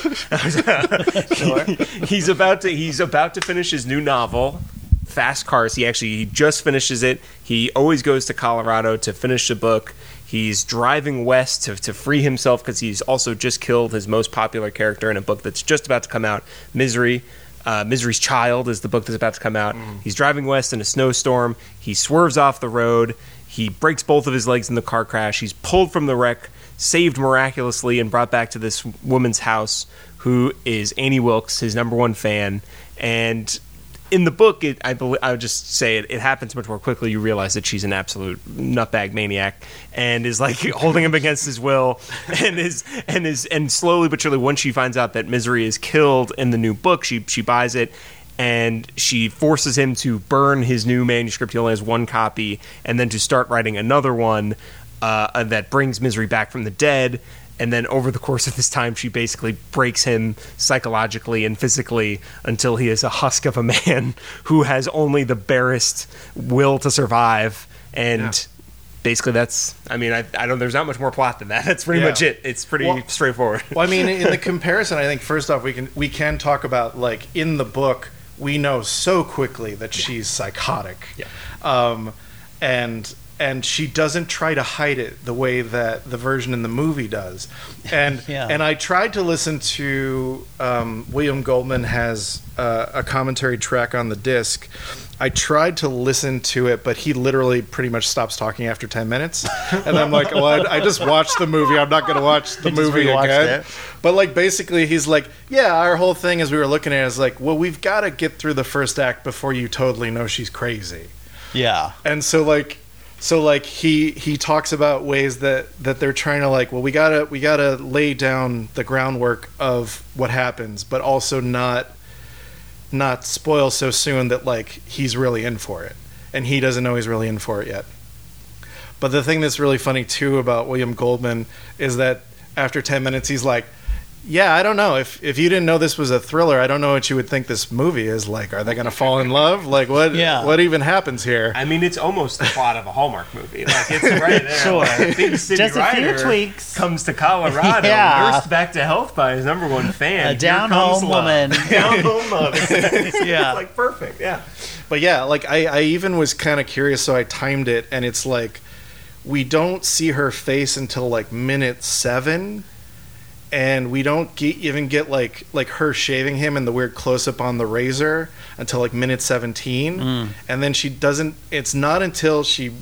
Speaker 2: he's about to he's about to finish his new novel, Fast Cars. He actually he just finishes it. He always goes to Colorado to finish the book. He's driving west to, to free himself because he's also just killed his most popular character in a book that's just about to come out, Misery. Uh, Misery's Child is the book that's about to come out. He's driving west in a snowstorm. He swerves off the road. He breaks both of his legs in the car crash. He's pulled from the wreck, saved miraculously, and brought back to this woman's house, who is Annie Wilkes, his number one fan. And in the book, it, I believe I would just say it, it happens much more quickly. You realize that she's an absolute nutbag maniac and is like holding him against his will, and is and is and slowly but surely, once she finds out that Misery is killed in the new book, she she buys it. And she forces him to burn his new manuscript. He only has one copy, and then to start writing another one uh, that brings Misery back from the dead. And then over the course of this time, she basically breaks him psychologically and physically until he is a husk of a man who has only the barest will to survive. And basically, that's, I mean, I, I don't, there's not much more plot than that. That's pretty
Speaker 1: Yeah.
Speaker 2: much it. It's pretty
Speaker 1: Well-
Speaker 2: straightforward.
Speaker 1: Well, I mean, in the comparison, I think first off we can we can talk about like in the book we know so quickly that she's psychotic,
Speaker 2: Yeah.
Speaker 1: um, and and she doesn't try to hide it the way that the version in the movie does, and
Speaker 3: Yeah.
Speaker 1: and I tried to listen to um, William Goldman has uh, a commentary track on the disc. I tried to listen to it, but he literally pretty much stops talking after ten minutes, and I'm like, well, I, I just watched the movie. I'm not going to watch the
Speaker 3: You just
Speaker 1: movie
Speaker 3: rewatched
Speaker 1: again.
Speaker 3: it.
Speaker 1: But like basically, he's like, yeah, our whole thing as we were looking at it is like, well, we've got to get through the first act before you totally know she's crazy.
Speaker 3: Yeah.
Speaker 1: And so like, so like he he talks about ways that that they're trying to like, well, we gotta we gotta lay down the groundwork of what happens, but also not not spoil so soon that like he's really in for it, and he doesn't know he's really in for it yet. But the thing that's really funny too about William Goldman is that after 10 minutes he's like, "Yeah, I don't know. If if you didn't know this was a thriller, I don't know what you would think this movie is like. Are they going to fall in love? Like what
Speaker 3: Yeah.
Speaker 1: what even happens here?"
Speaker 2: I mean, it's almost the plot of a Hallmark movie. Like, it's right there.
Speaker 3: Sure.
Speaker 2: Like, Big City
Speaker 3: Just a few
Speaker 2: Rider
Speaker 3: tweaks.
Speaker 2: Comes to Colorado,
Speaker 3: Yeah.
Speaker 2: nursed back to health by his number one fan.
Speaker 3: A
Speaker 2: Here
Speaker 3: down
Speaker 2: comes
Speaker 3: home
Speaker 2: love.
Speaker 3: woman.
Speaker 2: down home love. It's
Speaker 3: Yeah.
Speaker 2: like perfect. Yeah.
Speaker 1: But yeah, like I, I even was kind of curious, so I timed it, and it's like we don't see her face until like minute seven, and we don't ge- even get like like her shaving him and the weird close up on the razor until like minute seventeen, and then she doesn't. It's not until she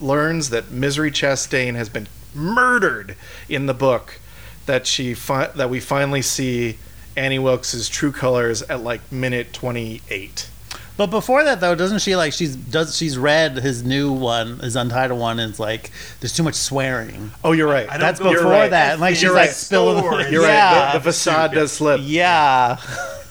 Speaker 1: learns that Misery Chastain has been murdered in the book that she fi- that we finally see Annie Wilkes' true colors at like minute twenty eight.
Speaker 3: But before that though, doesn't she like she's does she's read his new one, his untitled one, and it's like there's too much swearing.
Speaker 1: Oh, you're right.
Speaker 2: I don't
Speaker 3: That's
Speaker 2: go-
Speaker 3: before
Speaker 1: you're right.
Speaker 3: that. Like she's
Speaker 1: You're
Speaker 3: like
Speaker 1: right.
Speaker 3: spilling.
Speaker 2: Stores.
Speaker 1: You're
Speaker 3: yeah.
Speaker 1: right. The, the facade does slip,
Speaker 3: yeah.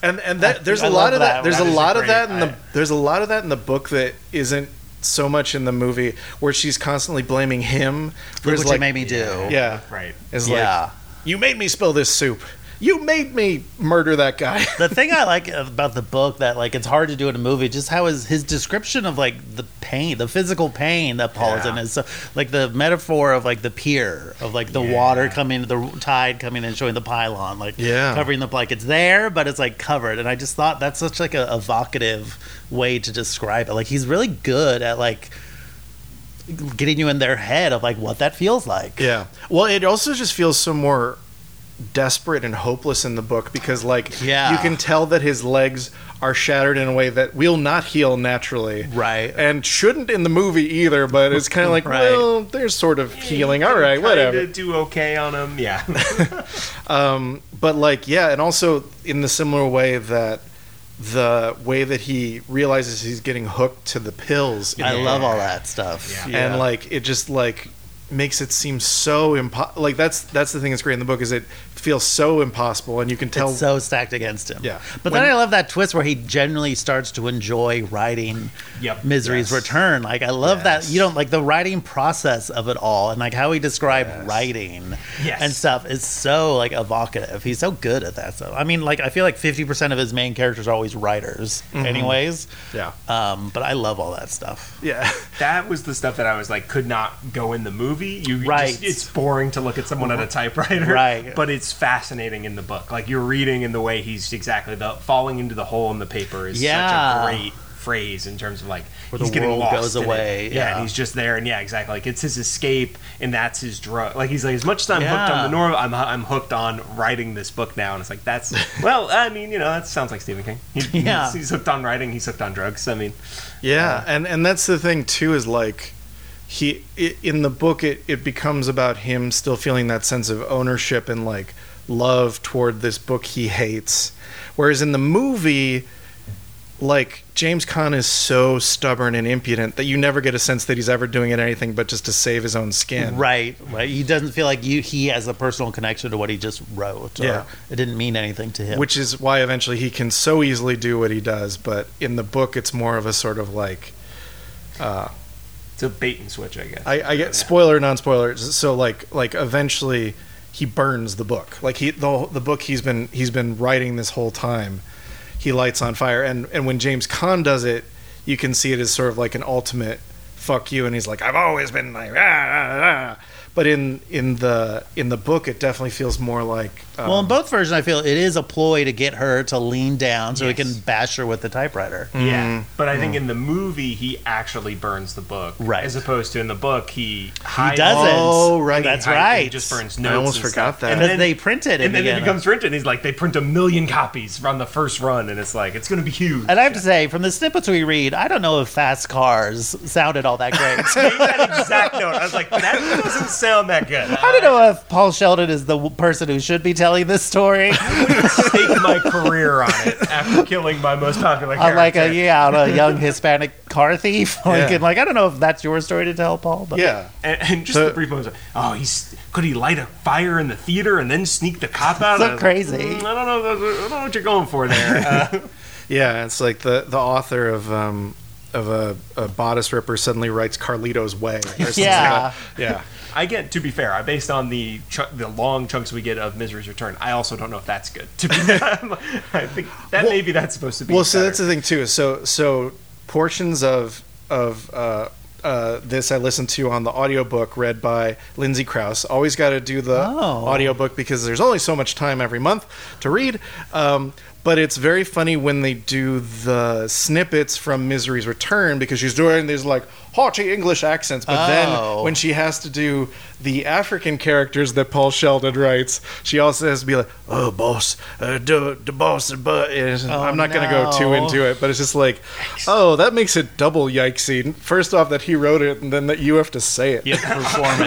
Speaker 1: and and that there's
Speaker 3: I
Speaker 1: a lot
Speaker 3: love
Speaker 1: of that.
Speaker 3: that.
Speaker 1: There's
Speaker 3: That
Speaker 1: a
Speaker 3: is
Speaker 1: lot of
Speaker 2: great.
Speaker 1: that in the
Speaker 2: I-
Speaker 1: there's a lot of that in the book that isn't so much in the movie where she's constantly blaming him.
Speaker 3: Look
Speaker 1: whereas,
Speaker 3: what you
Speaker 1: like,
Speaker 3: made me do.
Speaker 1: Yeah,
Speaker 2: Right.
Speaker 1: Is
Speaker 3: Yeah.
Speaker 1: like you made me spill this soup. You made me murder that guy.
Speaker 3: the thing I like about the book that like it's hard to do in a movie, just how is his description of like the pain, the physical pain that Paul is in
Speaker 2: Yeah.
Speaker 3: is so, like the metaphor of like the pier of like the
Speaker 2: Yeah.
Speaker 3: water coming, the tide coming and showing the pylon, like
Speaker 1: Yeah.
Speaker 3: covering the like it's there, but it's like covered. And I just thought that's such like a evocative way to describe it. Like he's really good at like getting you in their head of like what that feels like.
Speaker 1: Yeah. Well, it also just feels so more desperate and hopeless in the book because like
Speaker 3: Yeah.
Speaker 1: you can tell that his legs are shattered in a way that will not heal naturally.
Speaker 3: Right.
Speaker 1: And shouldn't in the movie either, but it's kind of like,
Speaker 3: Right.
Speaker 1: well, there's sort of healing. All right,
Speaker 2: Kinda
Speaker 1: whatever.
Speaker 2: Do okay on him. Yeah.
Speaker 1: Um, but like, yeah, and also in the similar way that the way that he realizes he's getting hooked to the pills. in
Speaker 3: I
Speaker 1: the book.
Speaker 3: love all that stuff.
Speaker 2: Yeah.
Speaker 1: and like it just like makes it seem so impo- like that's that's the thing that's great in the book is it feels so impossible, and you can tell.
Speaker 3: It's so stacked against him.
Speaker 1: Yeah.
Speaker 3: But
Speaker 1: When-
Speaker 3: then I love that twist where he generally starts to enjoy writing
Speaker 2: Yep.
Speaker 3: Misery's
Speaker 2: Yes.
Speaker 3: Return. Like I love
Speaker 1: Yes.
Speaker 3: that you don't like the writing process of it all and like how he described writing
Speaker 2: Yes.
Speaker 3: and stuff is so like evocative. He's so good at that stuff. I mean, like I feel like fifty percent of his main characters are always writers anyways.
Speaker 1: Mm-hmm. yeah,
Speaker 3: Um, but I love all that stuff.
Speaker 1: yeah,
Speaker 2: That was the stuff that I was like, could not go in the movie. You
Speaker 3: Right. Mm-hmm.
Speaker 2: just- it's boring to look at someone at a typewriter,
Speaker 3: Right.
Speaker 2: But it's fascinating in the book. Like you're reading in the way he's exactly the falling into the hole in the paper is
Speaker 3: Yeah.
Speaker 2: such a great phrase in terms of like
Speaker 3: Where
Speaker 2: he's
Speaker 3: the
Speaker 2: getting
Speaker 3: world
Speaker 2: lost
Speaker 3: goes
Speaker 2: in it.
Speaker 3: away,
Speaker 2: Yeah. and
Speaker 3: yeah.
Speaker 2: he's just there, and yeah, exactly. Like it's his escape, and that's his drug. Like he's like, as much as I'm hooked on
Speaker 3: Yeah.
Speaker 2: the norm, I'm I'm hooked on writing this book now, and it's like that's well, I mean, you know, that sounds like Stephen King. He-
Speaker 3: Yeah.
Speaker 2: he's, he's hooked on writing. He's hooked on drugs. I mean,
Speaker 1: yeah. and and that's the thing too is like he i in the book it it becomes about him still feeling that sense of ownership and like love toward this book he hates, whereas in the movie. Like James Caan is so stubborn and impudent that you never get a sense that he's ever doing it anything but just to save his own skin.
Speaker 3: Right, right. He doesn't feel like you. He has a personal connection to what he just wrote. Or
Speaker 1: Yeah.
Speaker 3: it didn't mean anything to him.
Speaker 1: which is why eventually he can so easily do what he does. But in the book, it's more of a sort of like uh,
Speaker 2: it's a bait and switch, I guess.
Speaker 1: I, I get spoiler, non spoiler. So like like eventually he burns the book. Like he the the book he's been he's been writing this whole time. He lights on fire, and and when James Caan does it, you can see it as sort of like an ultimate fuck you. And he's like, I've always been like. "Ah, ah, ah." But in in the in the book, it definitely feels more like um,
Speaker 3: Well, in both versions, I feel it is a ploy to get her to lean down so he
Speaker 2: Yes.
Speaker 3: can bash her with the typewriter.
Speaker 1: Mm.
Speaker 3: Mm.
Speaker 2: Yeah, but I think in the movie he actually burns the book,
Speaker 3: Right.
Speaker 2: As opposed to in the book he hides
Speaker 3: doesn't.
Speaker 1: Oh, right.
Speaker 3: That's
Speaker 2: He hides-
Speaker 3: right.
Speaker 2: He just burns
Speaker 1: I
Speaker 2: notes.
Speaker 1: almost
Speaker 2: and
Speaker 1: forgot
Speaker 2: stuff.
Speaker 1: that.
Speaker 2: And
Speaker 3: Because
Speaker 2: then
Speaker 3: they printed it
Speaker 2: and then
Speaker 3: again.
Speaker 2: it becomes printed. He's like, they print a million copies on the first run, and it's like it's going to be huge.
Speaker 3: and I have to say, from the snippets we read, I don't know if fast cars sounded all that great.
Speaker 2: Made that exact note. I was like, that doesn't sound that good.
Speaker 3: I don't know if Paul Sheldon is the w- person who should be telling this story.
Speaker 2: Stake my career on it after killing my most popular
Speaker 3: on
Speaker 2: character.
Speaker 3: like uh, a yeah, on a young Hispanic car thief. Like,
Speaker 1: Yeah.
Speaker 3: and like I don't know if that's your story to tell, Paul. But
Speaker 1: yeah.
Speaker 2: And, and just
Speaker 1: So-
Speaker 2: the brief moment. Of, oh, he's could he light a fire in the theater and then sneak the cop out?
Speaker 3: So
Speaker 2: I was like,
Speaker 3: crazy.
Speaker 2: "Mm, I don't know. I don't know what you're going for there. Uh,
Speaker 1: Yeah, it's like the the author of um of a, a bodice ripper suddenly writes Carlito's Way. or something like
Speaker 3: Yeah.
Speaker 1: that. yeah,
Speaker 2: I get to be fair. I based on the chu- the long chunks we get of Misery's Return. I also don't know if that's good. To be, I think that maybe that's supposed to be.
Speaker 1: Well, so
Speaker 2: better.
Speaker 1: that's the thing too. So so portions of of uh, uh, this I listened to on the audiobook read by Lindsay Krause. Always got to do the
Speaker 3: Oh.
Speaker 1: audiobook because there's only so much time every month to read. Um, but it's very funny when they do the snippets from Misery's Return because she's doing these like haughty English accents, but
Speaker 3: Oh.
Speaker 1: then when she has to do the African characters that Paul Sheldon writes, she also has to be like, "Oh, boss, uh, the, the boss, and but." and
Speaker 3: Oh,
Speaker 1: I'm not going to go too
Speaker 3: no.
Speaker 1: into it, but it's just like, oh, that makes it double yikesy. First off, that he wrote it, and then that you have to say it.
Speaker 3: you have to perform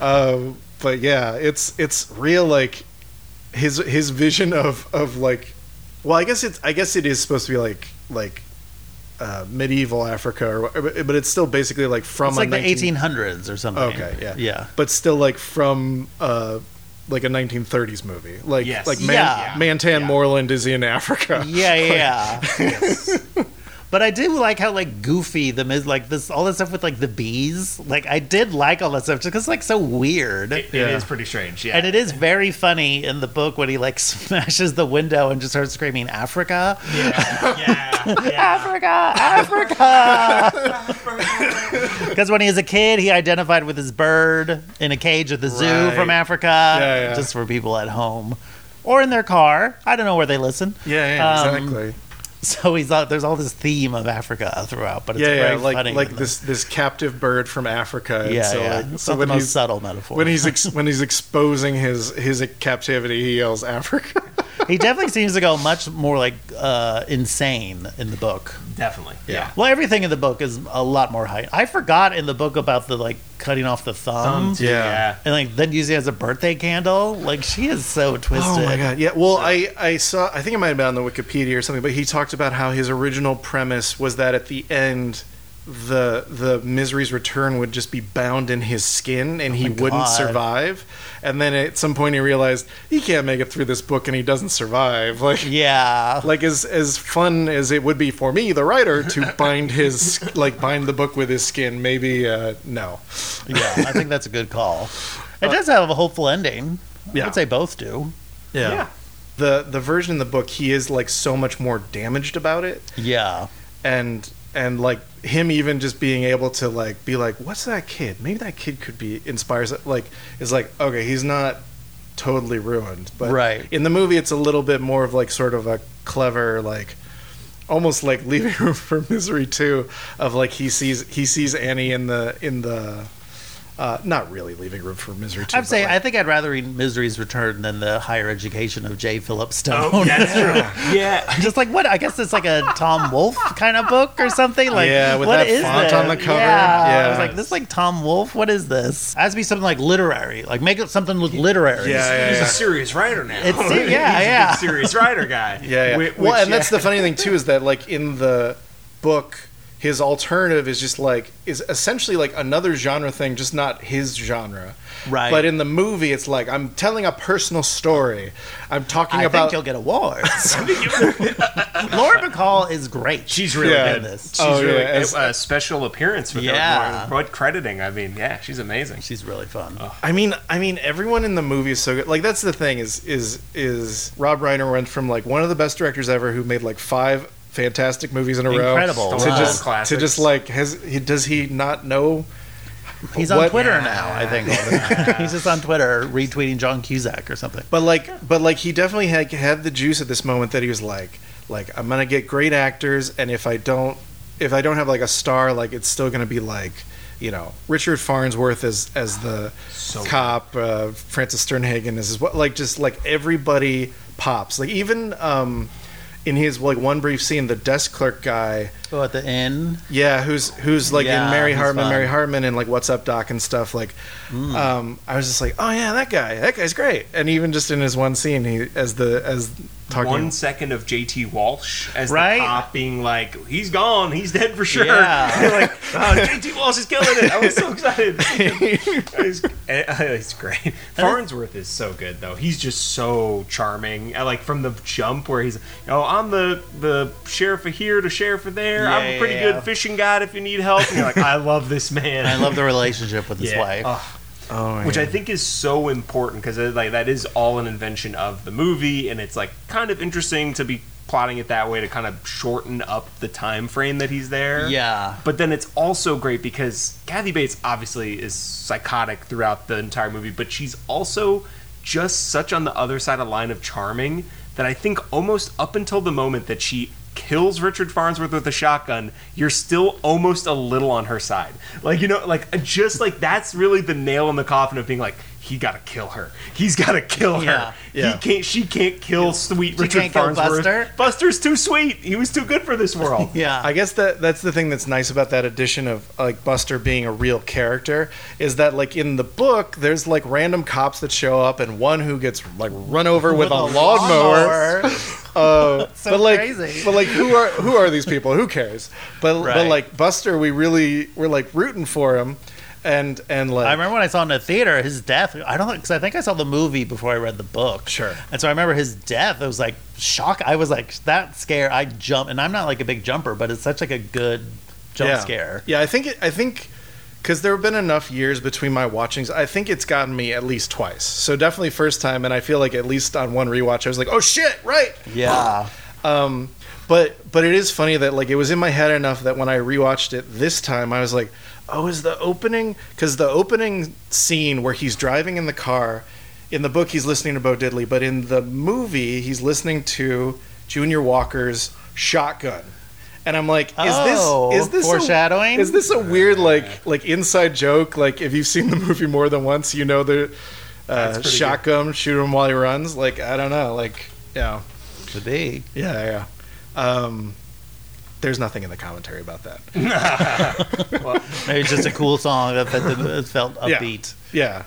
Speaker 1: Um, but yeah, it's it's real like his his vision of of like, well, I guess it's I guess it is supposed to be like like uh, medieval Africa, or, wha- but it's still basically like from
Speaker 3: It's
Speaker 1: a
Speaker 3: like the
Speaker 1: 19
Speaker 3: 1800s or something.
Speaker 1: Okay, yeah,
Speaker 3: yeah.
Speaker 1: but still like from uh, like a 1930s movie, like
Speaker 2: Yes.
Speaker 1: like Man-
Speaker 3: Yeah.
Speaker 1: Mantan
Speaker 2: Yeah.
Speaker 1: Moreland is in Africa.
Speaker 3: yeah, yeah. yeah. but I did like how like goofy the mis like this all that stuff with like the bees. Like I did like all that stuff just because it's like so weird.
Speaker 2: It-
Speaker 1: Yeah.
Speaker 2: it is pretty strange. Yeah,
Speaker 3: and it is very funny in the book when he like smashes the window and just starts screaming Africa,
Speaker 2: yeah, yeah, yeah.
Speaker 3: Africa, Africa. Because when he was a kid, he identified with his bird in a cage at the zoo
Speaker 1: Right.
Speaker 3: from Africa,
Speaker 1: yeah.
Speaker 3: just for people at home or in their car. I don't know where they listen.
Speaker 1: Yeah, yeah,
Speaker 3: Um,
Speaker 1: exactly.
Speaker 3: So he's all, there's all this theme of Africa throughout, but it's
Speaker 1: yeah, yeah,
Speaker 3: very
Speaker 1: like
Speaker 3: funny.
Speaker 1: like
Speaker 3: in
Speaker 1: this this captive bird from Africa.
Speaker 3: the,
Speaker 1: and
Speaker 3: yeah,
Speaker 1: so,
Speaker 3: yeah.
Speaker 1: like,
Speaker 3: It's
Speaker 1: so
Speaker 3: not
Speaker 1: when
Speaker 3: the most
Speaker 1: he's
Speaker 3: subtle metaphor.
Speaker 1: when he's ex- when he's exposing his his captivity, he yells Africa.
Speaker 3: he definitely seems to go much more like uh, insane in the book.
Speaker 2: Definitely. Yeah.
Speaker 3: Well, everything in the book is a lot more high. I forgot in the book about the like cutting off the
Speaker 1: Um,
Speaker 3: thumb.
Speaker 2: Thumbs, yeah.
Speaker 3: And like then using it as a birthday candle, like she is so twisted.
Speaker 1: Oh my god! Yeah. Well, I I saw. I think it might have been on the Wikipedia or something, but he talked about how his original premise was that at the end the the misery's return would just be bound in his skin and he
Speaker 3: Oh my
Speaker 1: wouldn't
Speaker 3: God.
Speaker 1: survive. And then at some point he realized he can't make it through this book and he doesn't survive. Like
Speaker 3: Yeah.
Speaker 1: like as as fun as it would be for me, the writer, to bind his like bind the book with his skin, maybe uh, no.
Speaker 3: yeah, I think that's a good call. It does have a hopeful ending. I
Speaker 1: Uh, yeah.
Speaker 3: would say both do.
Speaker 1: Yeah. The the version in the book, he is like so much more damaged about it,
Speaker 3: Yeah.
Speaker 1: and and like him even just being able to like be like, what's that kid? Maybe that kid could be inspires. Like is like okay, he's not totally ruined, but
Speaker 3: Right.
Speaker 1: in the movie, it's a little bit more of like sort of a clever like. Almost like leaving room for misery too, of like he sees he sees Annie in the in the, uh, not really leaving room for misery too.
Speaker 3: I'd
Speaker 1: but,
Speaker 3: say
Speaker 1: like-
Speaker 3: I think I'd rather read Misery's Return than the Higher Education of J. Philip Stone.
Speaker 2: Oh, yeah, that's true. Yeah.
Speaker 3: Just like what? I guess it's like a Tom Wolfe kind of book or something. Like
Speaker 1: Yeah, with
Speaker 3: what
Speaker 1: that
Speaker 3: is
Speaker 1: font
Speaker 3: this?
Speaker 1: on the cover.
Speaker 3: Yeah.
Speaker 1: Yeah.
Speaker 3: I was like, this is like Tom Wolfe. What is this? It has to be something like literary. Like make it something look literary.
Speaker 1: Yeah, yeah,
Speaker 2: He's
Speaker 1: yeah.
Speaker 2: a serious writer now.
Speaker 3: It's- yeah,
Speaker 2: He's a
Speaker 3: yeah.
Speaker 2: big serious writer guy.
Speaker 1: Yeah, yeah.
Speaker 2: Whi- which,
Speaker 1: well, and
Speaker 2: yeah.
Speaker 1: that's the funny thing too is that like in the book, his alternative is just like is essentially like another genre thing, just not his genre.
Speaker 3: Right.
Speaker 1: But in the movie, it's like I'm telling a personal story. I'm talking
Speaker 3: I
Speaker 1: about.
Speaker 3: think you'll get awards. Laura McCall is great.
Speaker 2: She's really
Speaker 1: Yeah.
Speaker 2: good.
Speaker 3: in this.
Speaker 2: She's
Speaker 1: Oh,
Speaker 2: really
Speaker 1: yeah,
Speaker 2: good.
Speaker 1: as-
Speaker 2: a special appearance for
Speaker 3: Yeah.
Speaker 2: her. What crediting? I mean, yeah, she's amazing.
Speaker 3: She's really fun.
Speaker 1: I mean, I mean, everyone in the movie is so good. Like that's the thing is is is Rob Reiner went from like one of the best directors ever who made like five fantastic movies in a
Speaker 3: Incredible.
Speaker 1: row to
Speaker 3: Stone Cold
Speaker 1: just
Speaker 2: classics.
Speaker 1: to just like has he does he not know
Speaker 3: He's on
Speaker 1: What-
Speaker 3: Twitter now, I think. all the time. He's just on Twitter retweeting John Cusack or something.
Speaker 1: But like, but like, he definitely had had the juice at this moment that he was like, like, I'm gonna get great actors, and if I don't, if I don't have like a star, like, it's still gonna be like, you know, Richard Farnsworth as as the
Speaker 2: So
Speaker 1: cop, uh, Francis Sternhagen is as well. Like, just like everybody pops. Like even um, in his like one brief scene, the desk clerk guy,
Speaker 3: Oh, at the inn.
Speaker 1: yeah, who's who's like
Speaker 3: Yeah,
Speaker 1: in Mary
Speaker 3: he's
Speaker 1: Hartman,
Speaker 3: fun. Hmm.
Speaker 1: Mary Hartman, and like What's Up Doc and stuff. Like, um, I was just like, oh yeah, that guy, that guy's great. And even just in his one scene, he as the as talking.
Speaker 2: One second of JT Walsh as
Speaker 3: Right?
Speaker 2: the cop being like, he's gone, he's dead for sure.
Speaker 3: Yeah.
Speaker 2: like, oh, JT Walsh is killing it. I was so excited. he's, eh, he's great. Farnsworth is so good though. He's just so charming. I like from the jump where he's, oh, I'm the the sheriff of here to sheriff of there. I'm
Speaker 3: Yeah,
Speaker 2: a pretty
Speaker 3: yeah, yeah.
Speaker 2: good fishing guide if you need help. And you're like, I love this man.
Speaker 3: I love the relationship with his
Speaker 2: Yeah.
Speaker 3: wife.
Speaker 2: Ugh.
Speaker 1: oh, my
Speaker 2: which I
Speaker 1: God.
Speaker 2: think is so important because like that is all an invention of the movie, and it's like kind of interesting to be plotting it that way to kind of shorten up the time frame that he's there.
Speaker 3: Yeah.
Speaker 2: But then it's also great because Kathy Bates obviously is psychotic throughout the entire movie, but she's also just such on the other side of the line of charming that I think almost up until the moment that she kills Richard Farnsworth with a shotgun, you're still almost a little on her side. Like, you know, like uh, just like that's really the nail in the coffin of being like, he gotta kill her. He's gotta kill her.
Speaker 3: Yeah.
Speaker 1: Yeah.
Speaker 2: He can't she can't kill sweet
Speaker 3: She
Speaker 2: Richard
Speaker 3: can't kill
Speaker 2: Farnsworth.
Speaker 3: Buster?
Speaker 2: Buster's too sweet. He was too good for this world.
Speaker 3: yeah.
Speaker 1: I guess that that's the thing that's nice about that addition of like Buster being a real character is that like in the book there's like random cops that show up and one who gets like run over with, a, lawnmower. Uh,
Speaker 3: so
Speaker 1: but like,
Speaker 3: crazy.
Speaker 1: but like, who are who are these people? Who cares? But
Speaker 3: Right.
Speaker 1: but like Buster, we really we're like rooting for him, and and like
Speaker 3: I remember when I saw in the theater his death. I don't because I think I saw the movie before I read the book.
Speaker 1: Sure.
Speaker 3: And so I remember his death. It was like shock. I was like that scare. I jump, and I'm not like a big jumper, but it's such like a good jump
Speaker 1: yeah.
Speaker 3: scare.
Speaker 1: Yeah, I think it, I think because there have been enough years between my watchings, I think it's gotten me at least twice. So definitely first time, and I feel like at least on one rewatch, I was like, oh shit, right.
Speaker 3: Yeah.
Speaker 1: Um, but but it is funny that like it was in my head enough that when I rewatched it this time, I was like, oh, is the opening? Because the opening scene where he's driving in the car, in the book he's listening to Bo Diddley, but in the movie he's listening to Junior Walker's Shotgun, and I'm like, is
Speaker 3: Oh,
Speaker 1: this is this a-
Speaker 3: foreshadowing?
Speaker 1: is this a weird like like inside joke? Like if you've seen the movie more than once, you know the uh,
Speaker 2: pretty good.
Speaker 1: shotgun shoot him while he runs. Like I don't know, like yeah.
Speaker 3: Could be.
Speaker 1: Yeah, yeah. Um, there's nothing in the commentary about that.
Speaker 2: well,
Speaker 3: Maybe it's just a cool song that, that, that felt
Speaker 1: Yeah.
Speaker 3: upbeat.
Speaker 1: Yeah.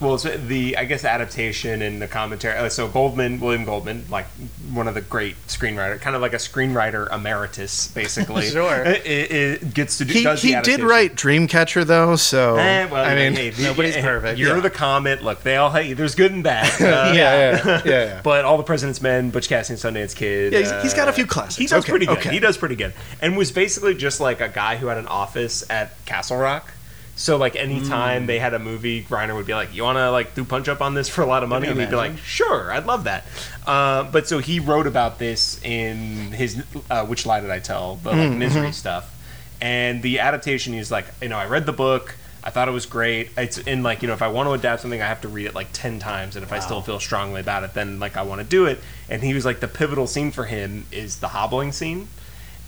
Speaker 2: well, so the I guess adaptation and the commentary. uh, So Goldman, William Goldman, like one of the great screenwriter, kind of like a screenwriter emeritus, basically. Uh,
Speaker 3: Sure.
Speaker 2: it, it gets to do.
Speaker 1: He,
Speaker 2: does the
Speaker 1: he did
Speaker 2: adaptation.
Speaker 1: write Dreamcatcher though, so
Speaker 2: Eh, well,
Speaker 1: I mean,
Speaker 2: hey,
Speaker 3: nobody's
Speaker 2: hey,
Speaker 3: perfect.
Speaker 2: You're
Speaker 1: Yeah.
Speaker 2: the comet. Look, they all hey, there's good and bad. Uh,
Speaker 1: yeah, yeah, yeah. yeah.
Speaker 2: But all the President's Men, Butch Cassidy and Sundance Kid. uh,
Speaker 1: Yeah, he's- he's got a few classics.
Speaker 2: He does
Speaker 1: Okay,
Speaker 2: pretty good.
Speaker 1: okay.
Speaker 2: He does pretty good, and was basically just like a guy who had an office at Castle Rock. So like anytime they had a movie, Reiner would be like, "You want to like do punch up on this for a lot of money?"
Speaker 3: Can
Speaker 2: And
Speaker 3: you
Speaker 2: he'd be like, "Sure, I'd love that." Uh, but so he wrote about this in his uh, "Which Lie Did I Tell?" the like,
Speaker 3: Mm-hmm.
Speaker 2: misery stuff, and the adaptation is like, you know, I read the book. I thought it was great. It's in like you know, if I want to adapt something, I have to read it like ten times, and if I still feel strongly about it, then like I want to do it. And he was like, the pivotal scene for him is the hobbling scene,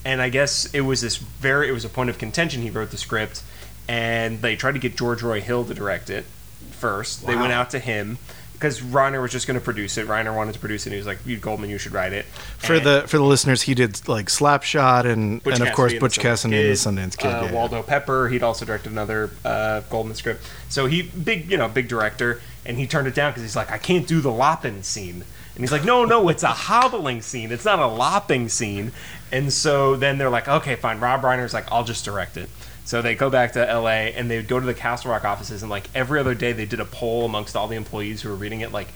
Speaker 2: and I guess it was this very it was a point of contention. He wrote the script, and they tried to get George Roy Hill to direct it first. They went out to him because Reiner was just going to produce it. Reiner wanted to produce it. and He was like, "You Goldman, you should write it."
Speaker 1: for
Speaker 2: And-
Speaker 1: the for the listeners, he did like Slapshot and
Speaker 2: Butch
Speaker 1: and of course
Speaker 2: Cassidy
Speaker 1: Butch
Speaker 2: the
Speaker 1: Cassidy and the Sundance Kid.
Speaker 2: uh,
Speaker 1: yeah, yeah.
Speaker 2: Waldo Pepper. He'd also directed another uh, Goldman script. So he big, you know, big director, and he turned it down because he's like, I can't do the lopping scene. And he's like, No, no, it's a hobbling scene. It's not a lopping scene. And so then they're like, Okay, fine. Rob Reiner's like, I'll just direct it. So they go back to L.A. and they would go to the Castle Rock offices, and like every other day, they did a poll amongst all the employees who were reading it, like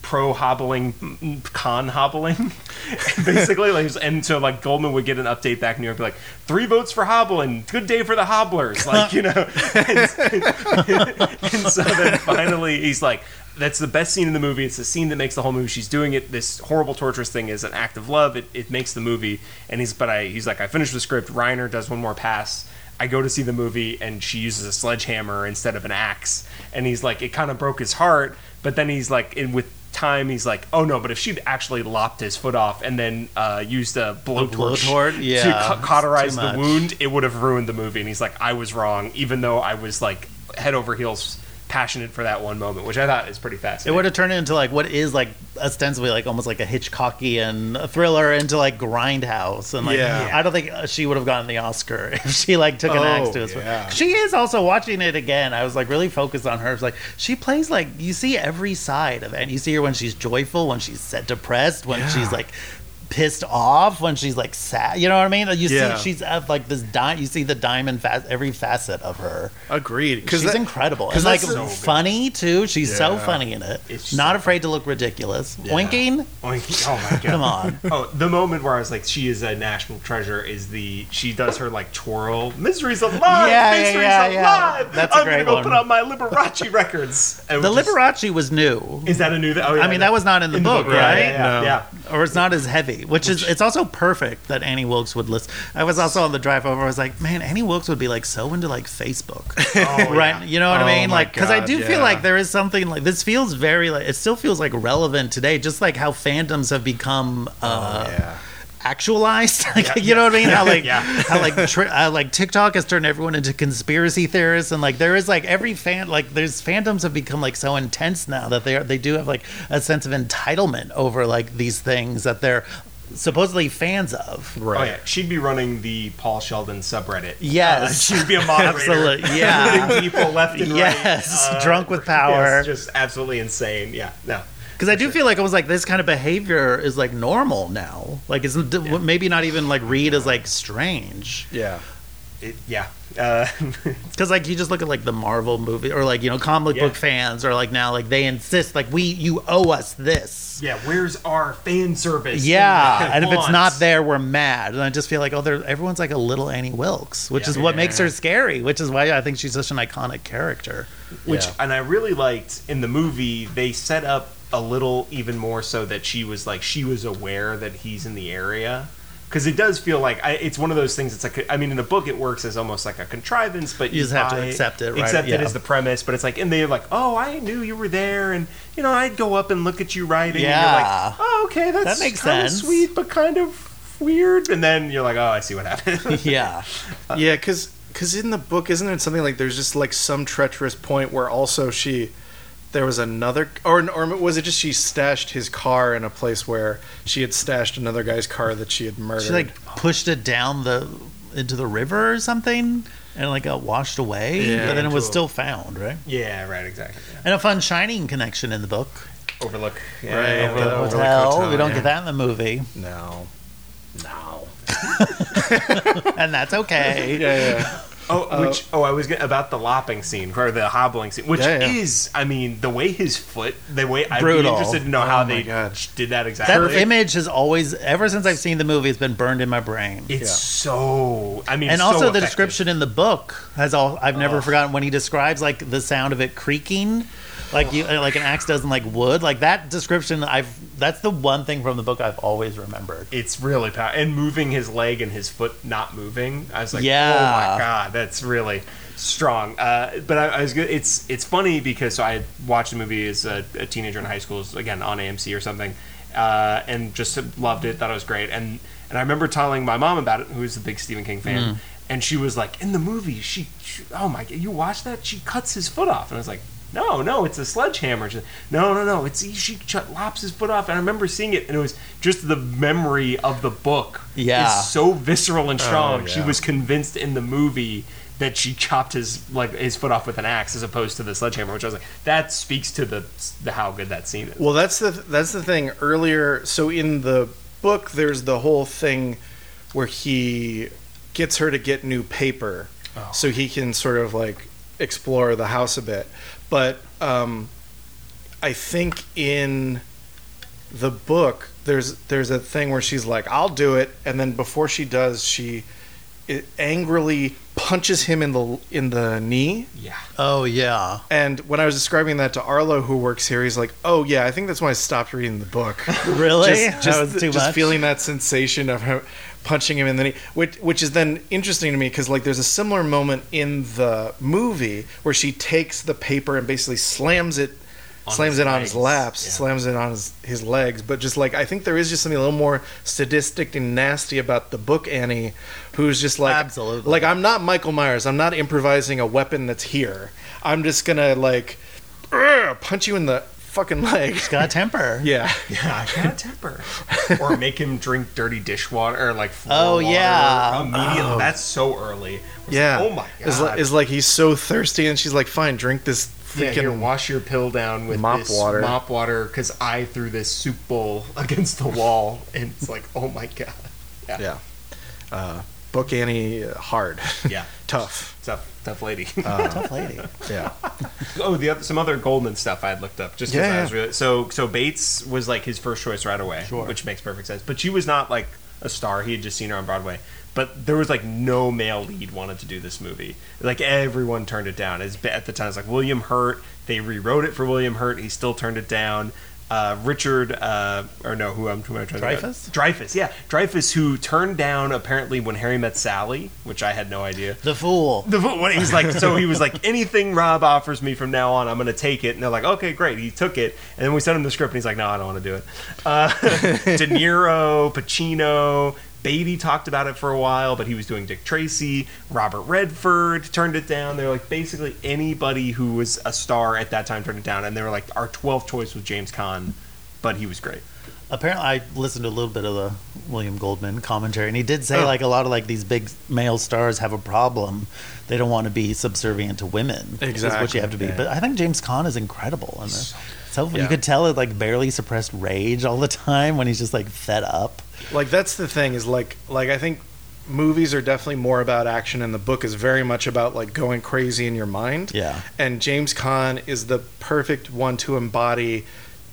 Speaker 2: pro hobbling, con hobbling, basically. Like, and so like Goldman would get an update back in New York, be like, three votes for hobbling, good day for the hobblers, like you know. and, and so then finally he's like. That's the best scene in the movie. It's the scene that makes the whole movie. She's doing it. This horrible, torturous thing is an act of love. It, it makes the movie. And he's, but I, he's like, I finished the script. Reiner does one more pass. I go to see the movie and she uses a sledgehammer instead of an axe. And he's like, it kind of broke his heart. But then he's like, and with time, he's like, oh no, but if she'd actually lopped his foot off and then uh, used a blowtorch,
Speaker 3: blowtorch?
Speaker 2: to
Speaker 3: Yeah,
Speaker 2: ca-
Speaker 3: it's
Speaker 2: cauterize
Speaker 3: too
Speaker 2: the
Speaker 3: much.
Speaker 2: wound, it would have ruined the movie. And he's like, I was wrong, even though I was like head over heels passionate for that one moment, which I thought is pretty
Speaker 3: It
Speaker 2: fascinating.
Speaker 3: would have turned into like what is like ostensibly like almost like a Hitchcockian thriller into like Grindhouse, and like
Speaker 1: Yeah.
Speaker 3: I don't think uh, she would have gotten the Oscar if she like took an
Speaker 1: Oh,
Speaker 3: axe to his.
Speaker 1: yeah.
Speaker 3: She is also watching it again. I was like really focused on her. It's like she plays like you see every side of it. And you see her when she's joyful, when she's set depressed, when
Speaker 1: Yeah.
Speaker 3: she's like pissed off, when she's like sad. You know what I mean? You
Speaker 1: Yeah.
Speaker 3: see she's at like this di- You see the diamond fa- every facet of her.
Speaker 1: Agreed.
Speaker 3: She's
Speaker 1: that-
Speaker 3: incredible.
Speaker 1: 'cause
Speaker 3: And like
Speaker 1: that's the-
Speaker 3: funny too. She's so
Speaker 1: Yeah.
Speaker 3: funny in it.
Speaker 2: It's
Speaker 3: Not
Speaker 2: so
Speaker 3: afraid to look ridiculous. Winking.
Speaker 2: Oink. Oh my god!
Speaker 3: Come on.
Speaker 2: Oh, the moment where I was like, "She is a national treasure." Is the she does her like twirl? Misery's alive.
Speaker 3: Yeah, yeah,
Speaker 2: Misery's
Speaker 3: yeah, yeah.
Speaker 2: alive.
Speaker 3: That's a
Speaker 2: I'm
Speaker 3: great
Speaker 2: gonna go
Speaker 3: one.
Speaker 2: put on my Liberace records. And
Speaker 3: The
Speaker 2: just-
Speaker 3: Liberace was new.
Speaker 2: Is that a new? Oh, yeah,
Speaker 3: I mean, that was not in the book, right?
Speaker 2: Yeah, yeah,
Speaker 1: No.
Speaker 2: yeah.
Speaker 3: Or it's not as heavy, which is it's also perfect that Annie Wilkes would list. I was also on the drive over. I was like, man, Annie Wilkes would be like so into like Facebook, right? You know what
Speaker 1: Oh,
Speaker 3: I mean?
Speaker 1: my
Speaker 3: Like, because I
Speaker 1: God,
Speaker 3: do
Speaker 1: yeah.
Speaker 3: feel like there is something like this feels very like it still feels like relevant today, just like how fandoms have become. Uh,
Speaker 1: Oh, yeah.
Speaker 3: actualized. Like, you know what I mean? How like
Speaker 2: Yeah.
Speaker 3: how like tri- uh, like TikTok has turned everyone into conspiracy theorists, and like there is like every fan like there's fandoms have become like so intense now that they are they do have like a sense of entitlement over like these things that they're supposedly fans of.
Speaker 2: Oh
Speaker 1: Right.
Speaker 2: yeah, she'd be running the Paul Sheldon subreddit.
Speaker 3: Yes.
Speaker 2: Uh, she'd be a moderator.
Speaker 3: Absolutely. Yeah.
Speaker 2: Putting people left and right. Uh,
Speaker 3: Yes. Drunk with power.
Speaker 2: yes, just absolutely insane. Yeah, no.
Speaker 3: Because I do feel like it was like this kind of behavior is like normal now. Like it's d- maybe not even like read as like strange.
Speaker 1: Yeah.
Speaker 2: It, yeah. Uh,
Speaker 3: Because like you just look at like the Marvel movie or like you know comic
Speaker 2: Yeah.
Speaker 3: book fans are like now like they insist like we you owe us this.
Speaker 2: yeah, where's our fan service?
Speaker 3: Yeah, and if it's
Speaker 2: Wants.
Speaker 3: not there, we're mad. And I just feel like oh, they're, everyone's like a little Annie Wilkes, which
Speaker 2: Yeah.
Speaker 3: is what
Speaker 2: Yeah.
Speaker 3: makes her scary. Which is why I think she's such an iconic character.
Speaker 2: which
Speaker 1: Yeah.
Speaker 2: and I really liked in the movie they set up a little even more so that she was like she was aware that he's in the area because it does feel like I, it's one of those things it's like I mean in the book it works as almost like a contrivance but
Speaker 3: You just have to
Speaker 2: buy
Speaker 3: accept it, right?
Speaker 2: accept it
Speaker 3: Yeah.
Speaker 2: as the premise but it's like and they're like oh I knew you were there and you know I'd go up and look at you writing and
Speaker 3: Yeah.
Speaker 2: you're like oh okay that's
Speaker 3: That makes
Speaker 2: kinda
Speaker 3: sense.
Speaker 2: sweet but kind of weird and then you're like oh I see what happened
Speaker 3: yeah,
Speaker 1: Yeah, because in the book, isn't it something like there's just like some treacherous point where also she there was another or or was it just she stashed his car in a place where she had stashed another guy's car that she had murdered?
Speaker 3: she like pushed it down the into the river or something. and like got washed away,
Speaker 1: Yeah.
Speaker 3: but then it was
Speaker 2: Cool.
Speaker 3: still found, right?
Speaker 2: Yeah, right, exactly.
Speaker 3: And a fun Shining connection in the book.
Speaker 2: Overlook.
Speaker 1: Right,
Speaker 2: Yeah,
Speaker 1: Overlook.
Speaker 3: The
Speaker 1: Oh,
Speaker 2: Overlook.
Speaker 1: Overlook.
Speaker 3: hotel.
Speaker 1: hotel,
Speaker 3: We don't
Speaker 1: yeah.
Speaker 3: get that in the movie,
Speaker 1: No. No.
Speaker 3: and that's okay.
Speaker 1: Yeah, yeah.
Speaker 2: Oh, which oh, I was gonna, about the lopping scene or the hobbling scene, which
Speaker 1: Yeah, yeah.
Speaker 2: is, I mean, the way his foot, the way I'd
Speaker 3: Brutal.
Speaker 2: be interested to know
Speaker 1: Oh
Speaker 2: how
Speaker 1: my
Speaker 2: they
Speaker 1: God.
Speaker 2: did that exactly.
Speaker 3: That image has always, ever since I've seen the movie, has been burned in my brain.
Speaker 2: It's
Speaker 1: Yeah.
Speaker 2: so. I mean,
Speaker 3: and
Speaker 2: so
Speaker 3: also the
Speaker 2: effective.
Speaker 3: description in the book has all I've never forgotten when he describes like the sound of it creaking like you like an axe does in like wood like that description I've that's the one thing from the book I've always remembered
Speaker 2: It's really pow- and moving his leg and his foot not moving. I was like, oh
Speaker 3: Yeah.
Speaker 2: my god, that's really strong. Uh, but I, I was good. It's it's funny because I watched the movie as a, a teenager in high school, it's, again on AMC or something, uh, and just loved it. Thought it was great. And and I remember telling my mom about it, who's a big Stephen King fan. And she was like, in the movie, she, she, oh my god, you watch that? She cuts his foot off. And I was like, no, no, it's a sledgehammer. She's like, no, no, no, it's she ch- lops his foot off. And I remember seeing it, and it was just the memory of the book.
Speaker 3: Yeah.
Speaker 2: is so visceral and strong. She
Speaker 1: yeah.
Speaker 2: was convinced in the movie that she chopped his like his foot off with an axe as opposed to the sledgehammer, which I was like, that speaks to the, the how good that scene is.
Speaker 1: Well, that's the that's the thing. Earlier, so in the book, there's the whole thing where he gets her to get new paper, so he can sort of like explore the house a bit. But um, I think in the book, there's there's a thing where she's like, "I'll do it," and then before she does, she i- angrily punches him in the in the knee.
Speaker 2: Yeah,
Speaker 3: oh yeah
Speaker 1: And when I was describing that to Arlo, who works here, he's like, "Oh yeah, I think that's why I stopped reading the book.
Speaker 3: really
Speaker 1: just, just,
Speaker 3: that was too
Speaker 1: just
Speaker 3: much
Speaker 1: feeling that sensation of her punching him in the knee, which, which is then interesting to me because like there's a similar moment in the movie where she takes the paper and basically slams it,
Speaker 2: On
Speaker 1: slams
Speaker 2: his
Speaker 1: it on his
Speaker 2: legs,
Speaker 1: laps,
Speaker 2: yeah.
Speaker 1: slams it on his, his legs. But just like I think there is just something a little more sadistic and nasty about the book Annie, who's just like
Speaker 3: Absolutely.
Speaker 1: like I'm not Michael Myers. I'm not improvising a weapon that's here. I'm just gonna like "Urgh," punch you in the fucking leg.
Speaker 3: got a temper
Speaker 1: Yeah.
Speaker 2: yeah, I got a temper, or make him drink dirty dishwater or like floor
Speaker 3: Oh,
Speaker 2: water
Speaker 3: yeah.
Speaker 2: immediately. That's so early. It's like,
Speaker 1: Oh. Yeah.
Speaker 2: oh my god.
Speaker 1: It's like, it's like he's so thirsty, and she's like, "Fine, drink this
Speaker 2: yeah, here,
Speaker 1: freaking."
Speaker 2: wash your pill down with
Speaker 1: Mop
Speaker 2: this
Speaker 1: water.
Speaker 2: mop water because I threw this soup bowl against the wall, and it's like, oh my god. Yeah,
Speaker 1: yeah. Uh, book Annie uh, hard.
Speaker 2: Yeah.
Speaker 1: Tough. Uh,
Speaker 2: tough, tough lady.
Speaker 3: tough lady
Speaker 1: Yeah.
Speaker 2: oh, the other, some other Goldman stuff I had looked up just because
Speaker 1: Yeah,
Speaker 2: I was
Speaker 1: yeah.
Speaker 2: really so. So Bates was like his first choice right away,
Speaker 3: Sure.
Speaker 2: which makes perfect sense. But she was not like a star; he had just seen her on Broadway. But there was like no male lead wanted to do this movie. Like everyone turned it down. As at the time, it's like William Hurt. They rewrote it for William Hurt. He still turned it down. Uh, Richard, uh, or no, who I'm, who am I trying to
Speaker 3: Dreyfuss?
Speaker 2: Dreyfus, yeah, Dreyfus, who turned down apparently when Harry met Sally, which I had no idea.
Speaker 3: the fool
Speaker 2: The vo- when he was like, so he was like, anything Rob offers me from now on, I'm going to take it. And they're like, okay, great. He took it, and then we sent him the script, and he's like, no, I don't want to do it. Uh, De Niro, Pacino, Beatty talked about it for a while, but he was doing Dick Tracy. Robert Redford turned it down. They're like, basically anybody who was a star at that time turned it down, and they were like, our 12th choice was James Caan, but he was great.
Speaker 3: apparently I listened to a little bit of the William Goldman commentary, and he did say
Speaker 1: Oh.
Speaker 3: like a lot of like these big male stars have a problem; they don't want to be subservient to women. which is what
Speaker 1: Exactly,
Speaker 3: you have to be.
Speaker 1: yeah.
Speaker 3: But I think James Caan is incredible in this. So
Speaker 1: Yeah.
Speaker 3: you could tell it like barely suppressed rage all the time when he's just like fed up.
Speaker 1: Like that's the thing is like like I think movies are definitely more about action, and the book is very much about like going crazy in your mind.
Speaker 3: Yeah.
Speaker 1: And James Caan is the perfect one to embody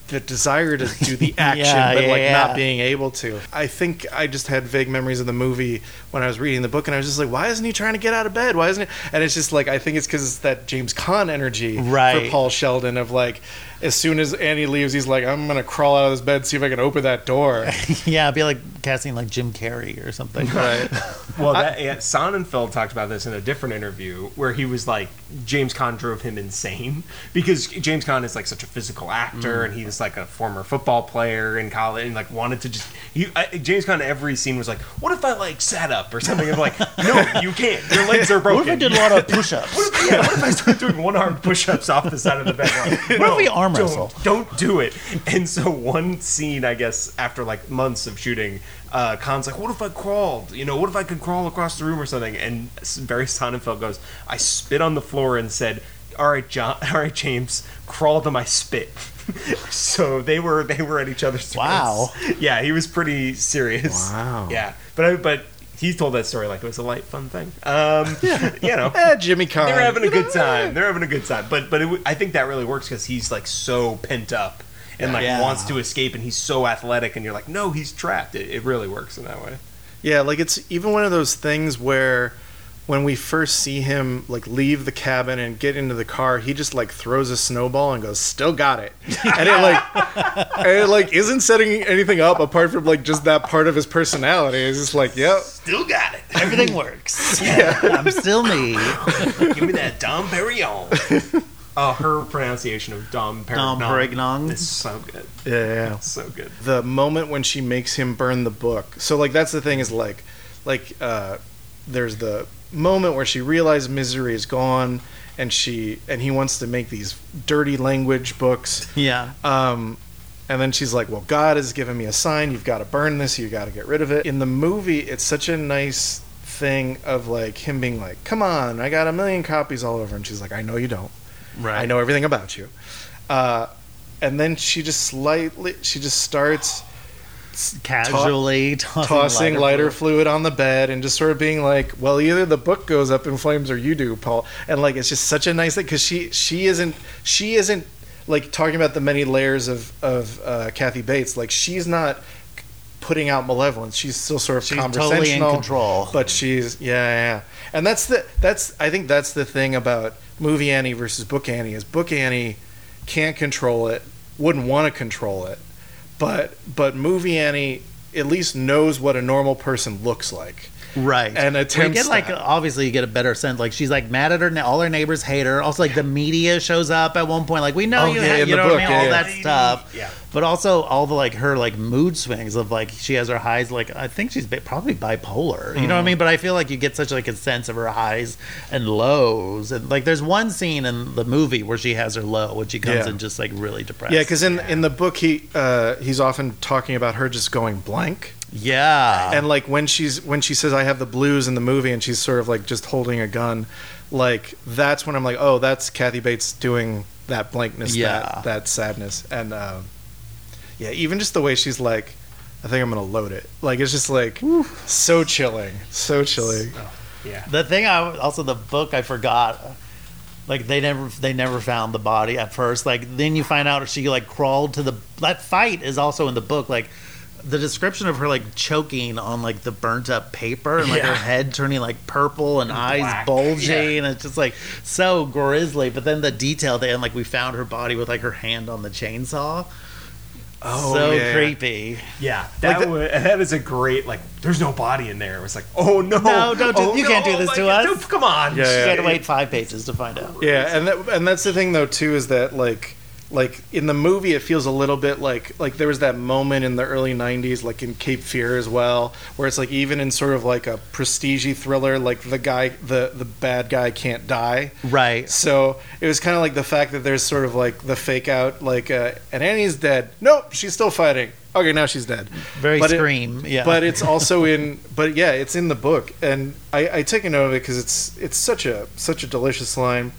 Speaker 1: the desire to do the action,
Speaker 3: Yeah,
Speaker 1: but
Speaker 3: yeah,
Speaker 1: like
Speaker 3: yeah.
Speaker 1: not being able to. I think I just had vague memories of the movie when I was reading the book, and I was just like, why isn't he trying to get out of bed? Why isn't he? And it's just like I think it's because it's that James Caan energy
Speaker 3: Right.
Speaker 1: for Paul Sheldon of like. As soon as Annie leaves, he's like, "I'm gonna crawl out of this bed, see if I can open that door."
Speaker 3: yeah, it'd be like casting like Jim Carrey or something.
Speaker 1: Right.
Speaker 2: Well, that, yeah, Sonnenfeld talked about this in a different interview where he was like, James Conn drove him insane because James Conn is like such a physical actor and he was like a former football player in college and like wanted to just. He, I, James Conn, every scene was like, What if I like sat up or something? I'm like, No, you can't. Your legs are broken.
Speaker 3: What if I did a lot of push-ups?
Speaker 2: yeah, what if I started doing one arm push ups off the side of the bed? Like,
Speaker 3: What if we arm arm
Speaker 2: don't,
Speaker 3: wrestle.
Speaker 2: Don't do it. And so one scene, I guess, after like months of shooting, uh, Khan's like, "What if I crawled? You know, what if I could crawl across the room or something?" And s- Barry Sonnenfeld goes, "I spit on the floor and said." All right, John. All right, James. Crawl to my spit. so they were they were at each other's. throats.
Speaker 3: Wow.
Speaker 2: Yeah, he was pretty serious.
Speaker 1: Wow.
Speaker 2: Yeah, but I, but he told that story like it was a light, fun thing. Um, you know,
Speaker 1: Eh, Jimmy Khan.
Speaker 2: they're having a good time. They're having a good time. But but it, w- I think that really works because he's like so pent up and like
Speaker 3: Yeah.
Speaker 2: wants to escape, and he's so athletic, and you're like, no, he's trapped. It, it really works in that way.
Speaker 1: Yeah, like it's even one of those things where when we first see him like leave the cabin and get into the car, he just like throws a snowball and goes, "Still got it," and it like and it like isn't setting anything up apart from like just that part of his personality. It's just like, yep,
Speaker 2: Still got it.
Speaker 3: Everything works. I'm still me.
Speaker 2: Give me that Dom Perignon. Oh, her pronunciation of Dom Perignon.
Speaker 3: Dom Perignon.
Speaker 2: is so good.
Speaker 1: yeah, yeah.
Speaker 2: So good.
Speaker 1: the moment when she makes him burn the book. So like that's the thing is like like uh there's the moment where she realizes misery is gone and she and he wants to make these dirty language books.
Speaker 3: Yeah.
Speaker 1: Um and then she's like, "Well, God has given me a sign. You've got to burn this. You got to get rid of it." In the movie, it's such a nice thing of like him being like, "Come on, I got a million copies all over." And she's like, "I know you don't. I know everything about you. Uh, and then she just slightly, she just starts
Speaker 3: Casually tossing,
Speaker 1: tossing lighter,
Speaker 3: fluid.
Speaker 1: fluid on the bed and just sort of being like, well, either the book goes up in flames or you do, Paul. And like, it's just such a nice thing because she she isn't she isn't like talking about the many layers of of uh, Kathy Bates. Like, she's not putting out malevolence. She's still sort of
Speaker 3: She's
Speaker 1: conversational,
Speaker 3: totally in control.
Speaker 1: but she's yeah, yeah. yeah. And that's the that's I think that's the thing about movie Annie versus book Annie is book Annie can't control it, wouldn't want to control it, but but movie Annie at least knows what a normal person looks like.
Speaker 3: right
Speaker 1: and attempts
Speaker 3: you get like
Speaker 1: that.
Speaker 3: obviously you get a better sense like she's like mad at her all her neighbors hate her also like the media shows up at one point like we know
Speaker 1: Oh,
Speaker 3: you
Speaker 1: yeah,
Speaker 3: ha-
Speaker 1: in
Speaker 3: you
Speaker 1: the
Speaker 3: know what
Speaker 1: book,
Speaker 3: I mean all
Speaker 1: yeah,
Speaker 3: that stuff
Speaker 2: Yeah.
Speaker 3: but also all the like her like mood swings of like she has her highs like I think she's bi- probably bipolar you know what
Speaker 1: Mm-hmm.
Speaker 3: I mean but I feel like you get such like a sense of her highs and lows and like there's one scene in the movie where she has her low when she comes
Speaker 1: Yeah.
Speaker 3: in just like really depressed
Speaker 1: Yeah, because in in the book he uh, he's often talking about her just going blank.
Speaker 3: yeah
Speaker 1: and like when she's when she says i have the blues in the movie and she's sort of like just holding a gun like that's when i'm like oh that's kathy bates doing that blankness
Speaker 3: Yeah.
Speaker 1: that, that sadness and um, yeah even just the way she's like i think i'm gonna load it like it's just like so chilling so chilling
Speaker 2: Oh, Yeah.
Speaker 3: The thing I also the book I forgot. Like they never they never found the body at first. Like then you find out she like crawled to the that fight is also in the book. Like the description of her like choking on like the burnt up paper and like her
Speaker 2: Yeah.
Speaker 3: head turning like purple and eyes
Speaker 2: black.
Speaker 3: bulging
Speaker 2: Yeah.
Speaker 3: and it's just like so grisly. But then the detail at the end, like we found her body with like her hand on the chainsaw.
Speaker 1: Oh,
Speaker 3: so
Speaker 1: yeah.
Speaker 3: creepy.
Speaker 2: Yeah. That,
Speaker 1: Like the-
Speaker 2: wa- that is a great, like, there's no body in there. It was like, oh no.
Speaker 3: No, don't do-
Speaker 2: Oh,
Speaker 3: you can't do this
Speaker 2: my
Speaker 3: to
Speaker 2: God.
Speaker 3: us.
Speaker 2: No, come on.
Speaker 1: Yeah,
Speaker 3: you
Speaker 1: yeah,
Speaker 3: had to wait five pages to find out.
Speaker 1: yeah and that, and that's the thing though too is that like like in the movie it feels a little bit like like there was that moment in the early 90s like in cape fear as well where it's like even in sort of like a prestige thriller like the guy the the bad guy can't die
Speaker 3: Right.
Speaker 1: so it was kind of like the fact that there's sort of like the fake out like uh, and annie's dead nope she's still fighting okay now she's dead
Speaker 3: Very
Speaker 1: But it-
Speaker 3: scream. yeah.
Speaker 1: but it's also in but yeah it's in the book and i, I take a note of it because it's it's such a such a delicious line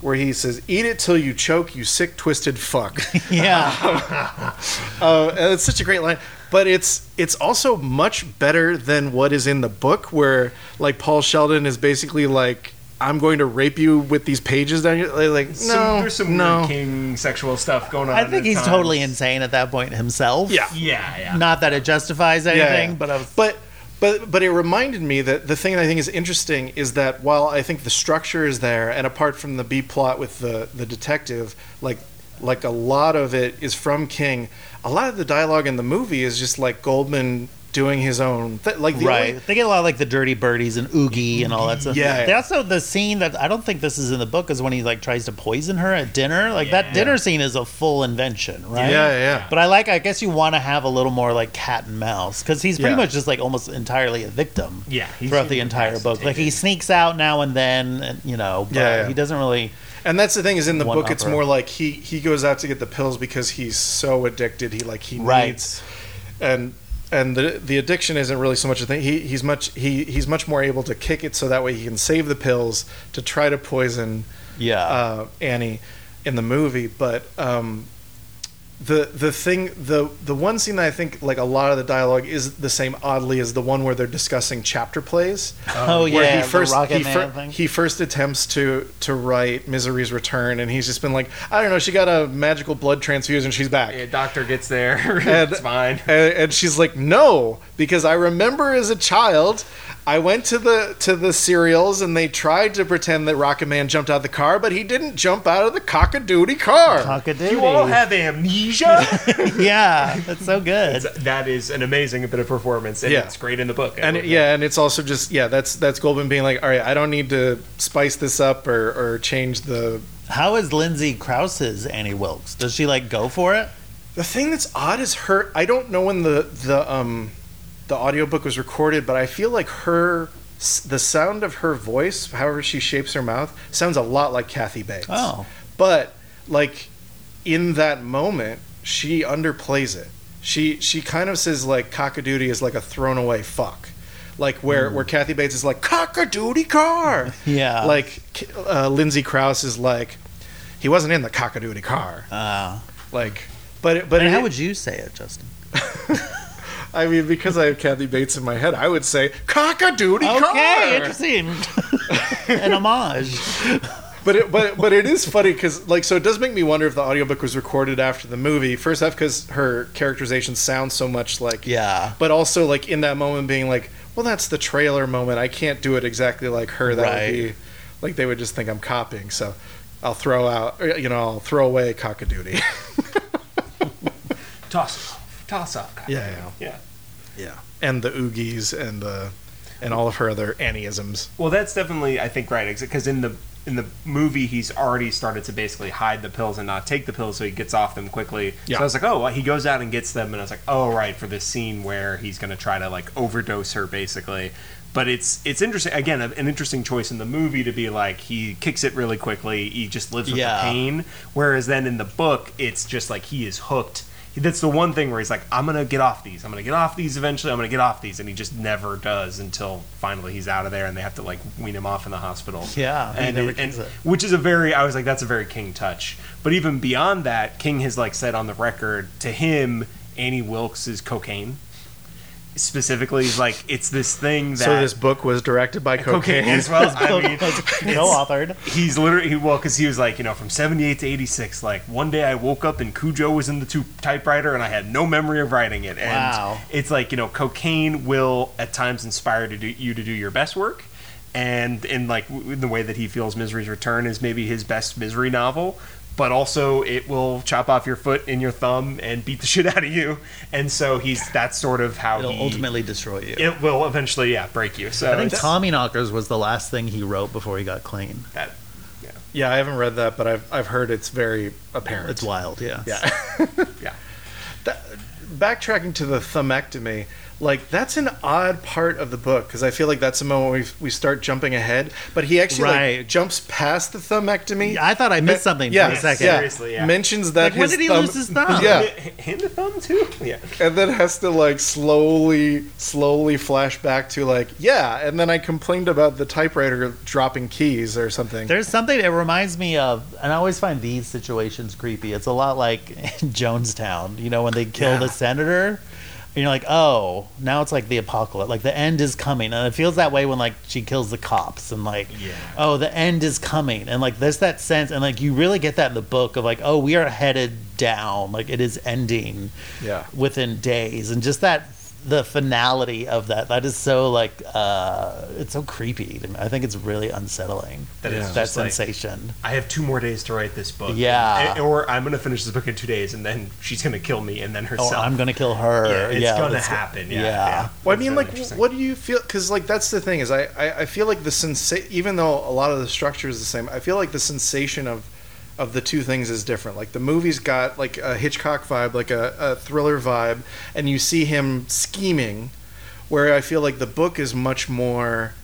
Speaker 1: where he says eat it till you choke you sick twisted fuck
Speaker 3: yeah.
Speaker 1: uh, and it's such a great line but it's it's also much better than what is in the book where like paul sheldon is basically like i'm going to rape you with these pages down here like no
Speaker 2: Some, there's some
Speaker 1: no
Speaker 2: weird king sexual stuff going on.
Speaker 3: I
Speaker 2: at
Speaker 3: think
Speaker 2: the
Speaker 3: he's
Speaker 2: time.
Speaker 3: totally insane at that point himself.
Speaker 1: Yeah.
Speaker 2: Yeah, yeah.
Speaker 3: Not that it justifies anything, but I was,
Speaker 1: but but but it reminded me that the thing that I think is interesting is that while I think the structure is there, and apart from the B plot with the the detective, like like a lot of it is from King. A lot of the dialogue in the movie is just like Goldman doing his own th- like the
Speaker 3: right.
Speaker 1: only-
Speaker 3: they get a lot of like the dirty birdies and oogie and all that stuff.
Speaker 1: Yeah.
Speaker 3: They also the scene that I don't think this is in the book is when he like tries to poison her at dinner. Like that dinner scene is a full invention, right?
Speaker 1: Yeah, yeah.
Speaker 3: But I like. I guess you want to have a little more like cat and mouse because he's pretty
Speaker 1: Yeah.
Speaker 3: much just like almost entirely a victim.
Speaker 2: Yeah, he's
Speaker 3: Throughout the entire book, like he sneaks out now and then, and, you know. But
Speaker 1: Yeah, yeah.
Speaker 3: He doesn't really.
Speaker 1: And that's the thing is in the
Speaker 3: One
Speaker 1: book, it's
Speaker 3: upper.
Speaker 1: more like he he goes out to get the pills because he's so addicted. He like he
Speaker 3: Right.
Speaker 1: needs, and and the the addiction isn't really so much a thing. He he's much he he's much more able to kick it so that way he can save the pills to try to poison
Speaker 3: Yeah.
Speaker 1: uh, Annie in the movie. But um, the the thing the the one scene that I think like a lot of the dialogue is the same oddly as the one where they're discussing chapter plays
Speaker 3: oh
Speaker 1: where
Speaker 3: yeah,
Speaker 1: he first
Speaker 3: the Rocket
Speaker 1: he,
Speaker 3: Man
Speaker 1: fir-
Speaker 3: thing.
Speaker 1: he first attempts to to write Misery's Return, and he's just been like, I don't know, she got a magical blood transfusion, she's back.
Speaker 2: Yeah, doctor gets there.
Speaker 1: And-
Speaker 2: it's fine.
Speaker 1: And, and she's like, no, because I remember as a child, I went to the to the cereals and they tried to pretend that Rocket Man jumped out of the car, but he didn't jump out of the cock-a-doodie car.
Speaker 3: Cock-a-doodle.
Speaker 2: You all have amnesia.
Speaker 3: yeah, that's so good.
Speaker 2: that is an amazing bit of performance, and
Speaker 1: Yeah.
Speaker 2: it's great in the book. I
Speaker 1: and
Speaker 2: love
Speaker 1: it-
Speaker 2: it.
Speaker 1: yeah, and it's also just yeah, that's that's Goldman being like, all right, I don't need to spice this up or or change the
Speaker 3: How is Lindsay Krause's Annie Wilkes? Does she like go for it?
Speaker 1: The thing that's odd is her. I don't know when the the um the audiobook was recorded, but I feel like her s- the sound of her voice, however she shapes her mouth, sounds a lot like Kathy Bates.
Speaker 3: Oh,
Speaker 1: But like in that moment, she underplays it. She she kind of says like cockadoodie is like a thrown away fuck. Like where where Kathy Bates is like cockadoodie car.
Speaker 3: Hmm. yeah.
Speaker 1: like uh, Lindsay Krause is like he wasn't in the cockadoodie car.
Speaker 3: Uh,
Speaker 1: Like but but
Speaker 3: and
Speaker 1: it-
Speaker 3: how would you say it, Justin?
Speaker 1: I mean, because I have Kathy Bates in my head, I would say cock-a-doodie
Speaker 3: Okay,
Speaker 1: car.
Speaker 3: interesting. An homage.
Speaker 1: But it, but but it is funny because like so it does make me wonder if the audiobook was recorded after the movie. First off, because her characterization sounds so much like
Speaker 3: Yeah.
Speaker 1: but also like in that moment being like, well, that's the trailer moment. I can't do it exactly like her. That
Speaker 3: Right.
Speaker 1: would be like they would just think I'm copying. So I'll throw out, or, you know, I'll throw away cock-a-doodie.
Speaker 2: toss off, toss off. guy.
Speaker 1: Yeah, yeah,
Speaker 2: yeah.
Speaker 1: and the oogies and the and all of her other Annieisms.
Speaker 2: Well, that's definitely I think right because in the in the movie he's already started to basically hide the pills and not take the pills, so he gets off them quickly.
Speaker 1: Yeah.
Speaker 2: So I was like, oh, well, he goes out and gets them, and I was like, oh, right, for this scene where he's going to try to like overdose her, basically. But it's it's interesting again, an interesting choice in the movie to be like he kicks it really quickly. He just lives with
Speaker 3: Yeah.
Speaker 2: the pain. Whereas then in the book, it's just like he is hooked. That's the one thing where he's like, I'm gonna get off these. I'm gonna get off these eventually. I'm gonna get off these, and he just never does until finally he's out of there, and they have to like wean him off in the hospital.
Speaker 3: Yeah, he
Speaker 2: and,
Speaker 3: never
Speaker 2: and-
Speaker 3: gets it.
Speaker 2: which is a very. I was like, that's a very King touch. But even beyond that, King has like said on the record to him, Annie Wilkes is cocaine. Specifically, he's like, it's this thing that
Speaker 1: So this book was directed by
Speaker 2: cocaine as well. I mean,
Speaker 3: co-authored.
Speaker 2: he's literally he, well because he was like you know from 78 to 86 like one day i woke up and cujo was in the two typewriter and i had no memory of writing it and
Speaker 3: Wow.
Speaker 2: it's like you know cocaine will at times inspire to do, you to do your best work and in like w- the way that he feels misery's return is maybe his best misery novel but also it will chop off your foot and your thumb and beat the shit out of you and so he's that's sort of how
Speaker 3: It'll
Speaker 2: he
Speaker 3: ultimately destroy you.
Speaker 2: it will eventually yeah break you so
Speaker 3: I think
Speaker 2: it's-
Speaker 3: Tommy Knockers was the last thing he wrote before he got clean.
Speaker 2: that
Speaker 1: Yeah, I haven't read that, but I've I've heard it's very apparent.
Speaker 3: It's wild, yeah.
Speaker 1: Yeah.
Speaker 2: yeah
Speaker 1: Backtracking to the thumectomy, like that's an odd part of the book because I feel like that's the moment we we start jumping ahead. But he actually like,
Speaker 3: Right.
Speaker 1: jumps past the thumbectomy.
Speaker 3: I thought I missed something
Speaker 1: yeah,
Speaker 3: for a second.
Speaker 1: yeah.
Speaker 2: Seriously, yeah.
Speaker 1: Mentions that
Speaker 3: Like, when
Speaker 1: his
Speaker 3: did he
Speaker 1: thumb-
Speaker 3: lose his thumb?
Speaker 1: Yeah,
Speaker 2: in the thumb too yeah
Speaker 1: and then has to like slowly, slowly flash back to like yeah, and then I complained about the typewriter dropping keys or something.
Speaker 3: There's something it reminds me of, and I always find these situations creepy. It's a lot like in Jonestown, you know, when they kill the senator. And you're like, oh, now it's like the apocalypse. Like the end is coming, and it feels that way when like she kills the cops, and like,
Speaker 2: Yeah.
Speaker 3: oh, the end is coming, and like there's that sense, and like you really get that in the book of like, oh, we are headed down, like it is ending,
Speaker 1: Yeah.
Speaker 3: within days, and just that the finality of that that is so like uh it's so creepy to me. i think it's really unsettling
Speaker 2: That is
Speaker 3: that
Speaker 2: just, like-
Speaker 3: sensation
Speaker 2: I have two more days to write this book.
Speaker 3: Yeah.
Speaker 2: And- or I'm going to finish this book in two days and then she's going to kill me and then herself.
Speaker 3: oh i'm gonna kill her
Speaker 2: yeah, it's going to
Speaker 3: let's-
Speaker 2: happen. Yeah.
Speaker 3: yeah.
Speaker 2: yeah.
Speaker 1: Well, I mean,
Speaker 2: That's really
Speaker 1: like,
Speaker 2: interesting.
Speaker 1: what do you feel? Because, like, that's the thing is, I, I, I feel like the sensa- even though a lot of the structure is the same, I feel like the sensation of, of the two things is different. Like, the movie's got like a Hitchcock vibe, like a, a thriller vibe, and you see him scheming, where I feel like the book is much more,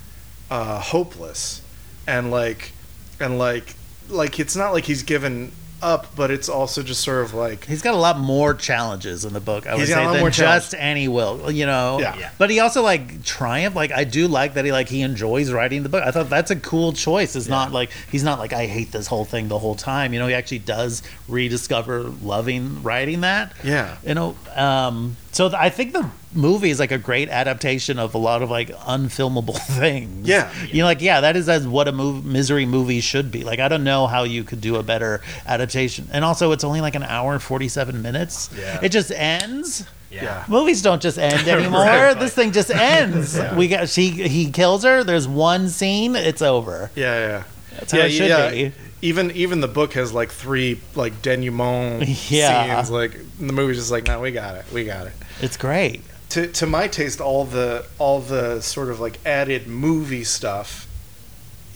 Speaker 1: uh, hopeless, and like, and like like it's not like he's given up, but it's also just sort of like
Speaker 3: He's got a lot more challenges in the book. I
Speaker 1: He's
Speaker 3: would
Speaker 1: got a
Speaker 3: say
Speaker 1: lot
Speaker 3: than
Speaker 1: more
Speaker 3: just any will, you know.
Speaker 1: Yeah. Yeah.
Speaker 3: But he also like triumphed. Like I do like that he like he enjoys writing the book. I thought that's a cool choice. It's not like he's not like I hate this whole thing the whole time. You know, he actually does rediscover loving writing that.
Speaker 1: Yeah.
Speaker 3: You know, um, so th- I think the movie is like a great adaptation of a lot of like unfilmable things.
Speaker 1: Yeah.
Speaker 3: You know, like yeah, that is as what a mov- misery movie should be. Like I don't know how you could do a better adaptation. And also, it's only like an hour and forty-seven minutes.
Speaker 2: Yeah.
Speaker 3: It just ends.
Speaker 1: Yeah.
Speaker 3: Movies don't just end anymore.
Speaker 2: Right.
Speaker 3: This thing just ends. We got she he kills her. There's one scene. It's over.
Speaker 1: yeah, yeah.
Speaker 3: That's how it should be.
Speaker 1: Even even the book has like three like denouement
Speaker 3: Yeah.
Speaker 1: scenes. Like and the movie's just like, no, we got it, we got it.
Speaker 3: It's great.
Speaker 1: To to my taste, all the all the sort of like added movie stuff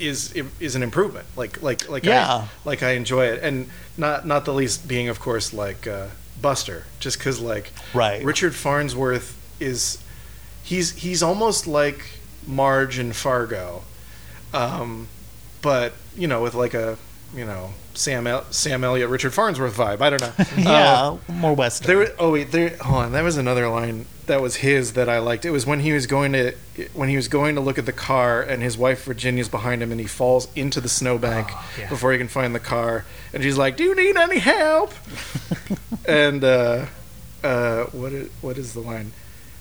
Speaker 1: is is an improvement. Like like like
Speaker 3: Yeah.
Speaker 1: I, like I enjoy it, and not not the least being of course like uh, Buster, just because like
Speaker 3: Right.
Speaker 1: Richard Farnsworth is he's he's almost like Marge in Fargo, um, but you know with like a you know Sam El- Sam Elliott Richard Farnsworth vibe. I don't know. Uh,
Speaker 3: Yeah, more western.
Speaker 1: there was oh wait there hold on that was another line that was his that I liked. It was when he was going to when he was going to look at the car and his wife Virginia's behind him and he falls into the snowbank
Speaker 2: yeah.
Speaker 1: before he can find the car and she's like, "Do you need any help?" and uh, uh, what is, what is the line?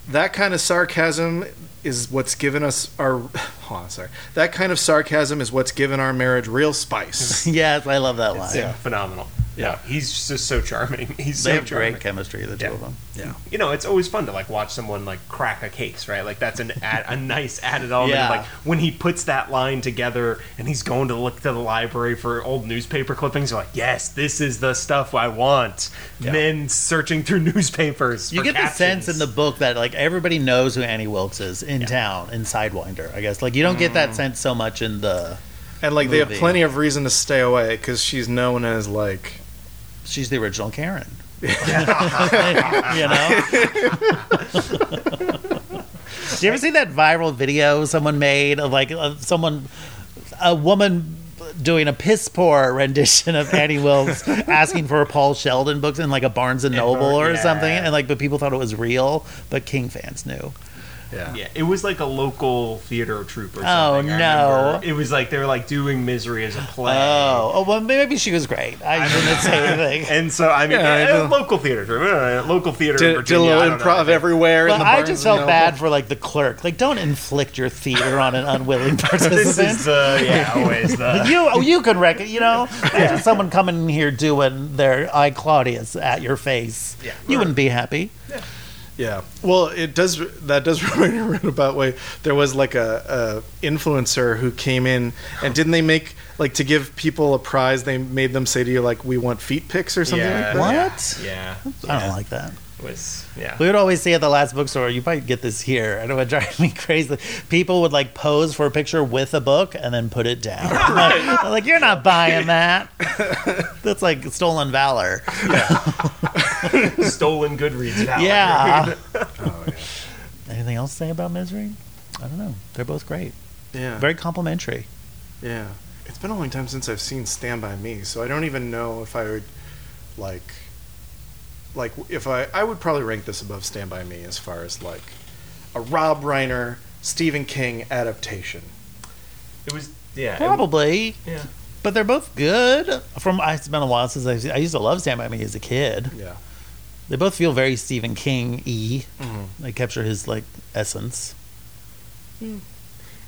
Speaker 1: That kind of sarcasm is what's given us our. Hold on, sorry. That kind of sarcasm is what's given our marriage real spice.
Speaker 3: yes, I love that line.
Speaker 1: yeah.
Speaker 2: phenomenal.
Speaker 1: Yeah.
Speaker 2: Yeah, he's just so charming. He's
Speaker 3: They
Speaker 2: so
Speaker 3: have
Speaker 2: charming.
Speaker 3: great chemistry, the two
Speaker 2: Yeah.
Speaker 3: of them. Yeah.
Speaker 2: You know, it's always fun to like watch someone like crack a case, right? Like that's an ad, a nice added element.
Speaker 3: Yeah.
Speaker 2: Of, like when he puts that line together and he's going to look to the library for old newspaper clippings. You're like, yes, this is the stuff I want. Men searching through newspapers.
Speaker 3: You
Speaker 2: for
Speaker 3: get the sense in
Speaker 2: captions.
Speaker 3: the book that like everybody knows who Annie Wilkes is in town in Sidewinder. I guess like you don't get
Speaker 2: Mm.
Speaker 3: that sense so much in the
Speaker 1: And like they have
Speaker 3: Movie.
Speaker 1: plenty of reason to stay away because she's known as like.
Speaker 3: she's the original Karen. you know. Do you ever see that viral video someone made of like of someone, a woman doing a piss poor rendition of Annie Wilkes asking for a Paul Sheldon books in like a Barnes and Noble or
Speaker 2: yeah.
Speaker 3: something, and like but people thought it was real, but King fans knew.
Speaker 1: Yeah.
Speaker 2: Yeah, it was like a local theater troupe or something.
Speaker 3: Oh,
Speaker 2: I
Speaker 3: no.
Speaker 2: remember. It was like they were like doing Misery as a play.
Speaker 3: Oh, oh well, maybe she was great. I shouldn't say anything.
Speaker 2: And so I mean,
Speaker 1: Yeah, I
Speaker 2: eh,
Speaker 1: know.
Speaker 2: local theater troupe, eh, local theater in
Speaker 1: did, did a
Speaker 2: Virginia. I
Speaker 1: little
Speaker 2: don't know.
Speaker 1: improv everywhere. in
Speaker 3: But
Speaker 1: the
Speaker 3: I
Speaker 1: Barnes
Speaker 3: just
Speaker 1: and
Speaker 3: felt bad for like the clerk. Like, don't inflict your theater on an unwilling
Speaker 2: This is
Speaker 3: participant.
Speaker 2: the yeah, always the
Speaker 3: you oh, you can reckon, you know, Imagine someone coming in here doing their I Claudius at your face.
Speaker 2: Yeah.
Speaker 3: you wouldn't be happy.
Speaker 1: Yeah. Well, it does. That does remind me in a roundabout way. There was like a, a influencer who came in, and didn't they make like to give people a prize? They made them say to you like, "We want feet pics" or something
Speaker 2: yeah,
Speaker 1: like that.
Speaker 3: What?
Speaker 2: Yeah,
Speaker 3: I don't like that.
Speaker 2: it was yeah.
Speaker 3: We would always see at the last bookstore, you probably get this here, and it would drive me crazy. People would like pose for a picture with a book and then put it down. like, like, you're not buying that. That's like stolen valor.
Speaker 2: Stolen Goodreads. Valor.
Speaker 3: Yeah. Oh, Anything else to say about misery? I don't know. They're both great.
Speaker 1: Yeah.
Speaker 3: Very complimentary.
Speaker 1: yeah. It's been a long time since I've seen Stand by Me, so I don't even know if I would like like if I I would probably rank this above Stand by Me as far as like a Rob Reiner Stephen King adaptation.
Speaker 2: it was yeah. it-
Speaker 3: Probably.
Speaker 2: yeah.
Speaker 3: But they're both good. From I- it's been a while since I've seen, I used to love Stand by Me as a kid.
Speaker 1: Yeah.
Speaker 3: They both feel very Stephen King y.
Speaker 1: Mhm.
Speaker 2: Mm-hmm.
Speaker 3: They capture his like essence.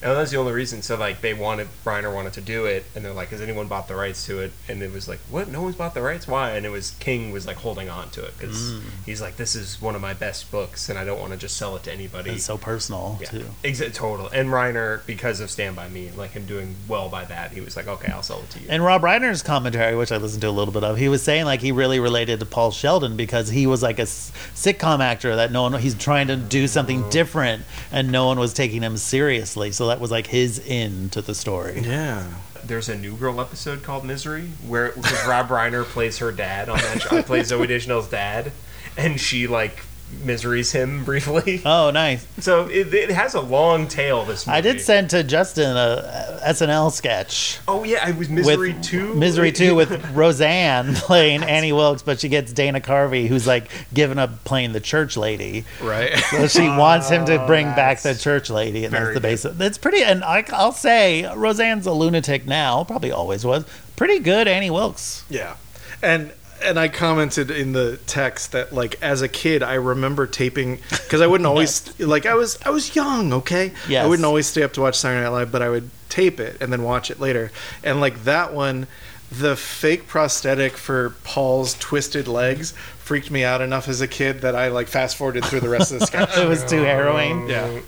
Speaker 2: And that's the only reason. So like they wanted Reiner wanted to do it, and they're like, "Has anyone bought the rights to it?" And it was like, "What? No one's bought the rights? Why?" And it was King was like holding on to it because he's like, "This is one of my best books, and I don't want to just sell it to anybody."
Speaker 3: It's so personal
Speaker 2: yeah,
Speaker 3: too.
Speaker 2: exa- total. And Reiner, because of Stand by Me, like him doing well by that, he was like, "Okay, I'll sell it to you."
Speaker 3: And Rob Reiner's commentary, which I listened to a little bit of, he was saying like he really related to Paul Sheldon because he was like a s- sitcom actor that no one he's trying to do something different and no one was taking him seriously. So that was like his in to the story.
Speaker 1: Yeah.
Speaker 2: There's a New Girl episode called Misery where 'cause Rob Reiner plays her dad on that show, plays Zoe Deschanel's dad, and she like miseries him briefly.
Speaker 3: Oh, nice.
Speaker 2: So it, it has a long tail. This movie.
Speaker 3: I did send to Justin a SNL sketch.
Speaker 2: Oh yeah, I was misery
Speaker 3: with
Speaker 2: two.
Speaker 3: Misery two with Roseanne playing Annie Wilkes, but she gets Dana Carvey, who's like giving up playing the church lady.
Speaker 1: Right.
Speaker 3: So she wants him to bring back the
Speaker 2: Oh, that's
Speaker 3: church lady, and that's
Speaker 2: very
Speaker 3: the base. of- It's pretty, and I, I'll say Roseanne's a lunatic now, probably always was. Pretty good, Annie Wilkes.
Speaker 1: Yeah, and and I commented in the text that like as a kid I remember taping because I wouldn't always like I was I was young, okay.
Speaker 3: Yes.
Speaker 1: I wouldn't always stay up to watch Saturday Night Live, but I would tape it and then watch it later. And like that one, the fake prosthetic for Paul's twisted legs freaked me out enough as a kid that I like fast forwarded through the rest of the sketch.
Speaker 3: It was too harrowing,
Speaker 1: yeah,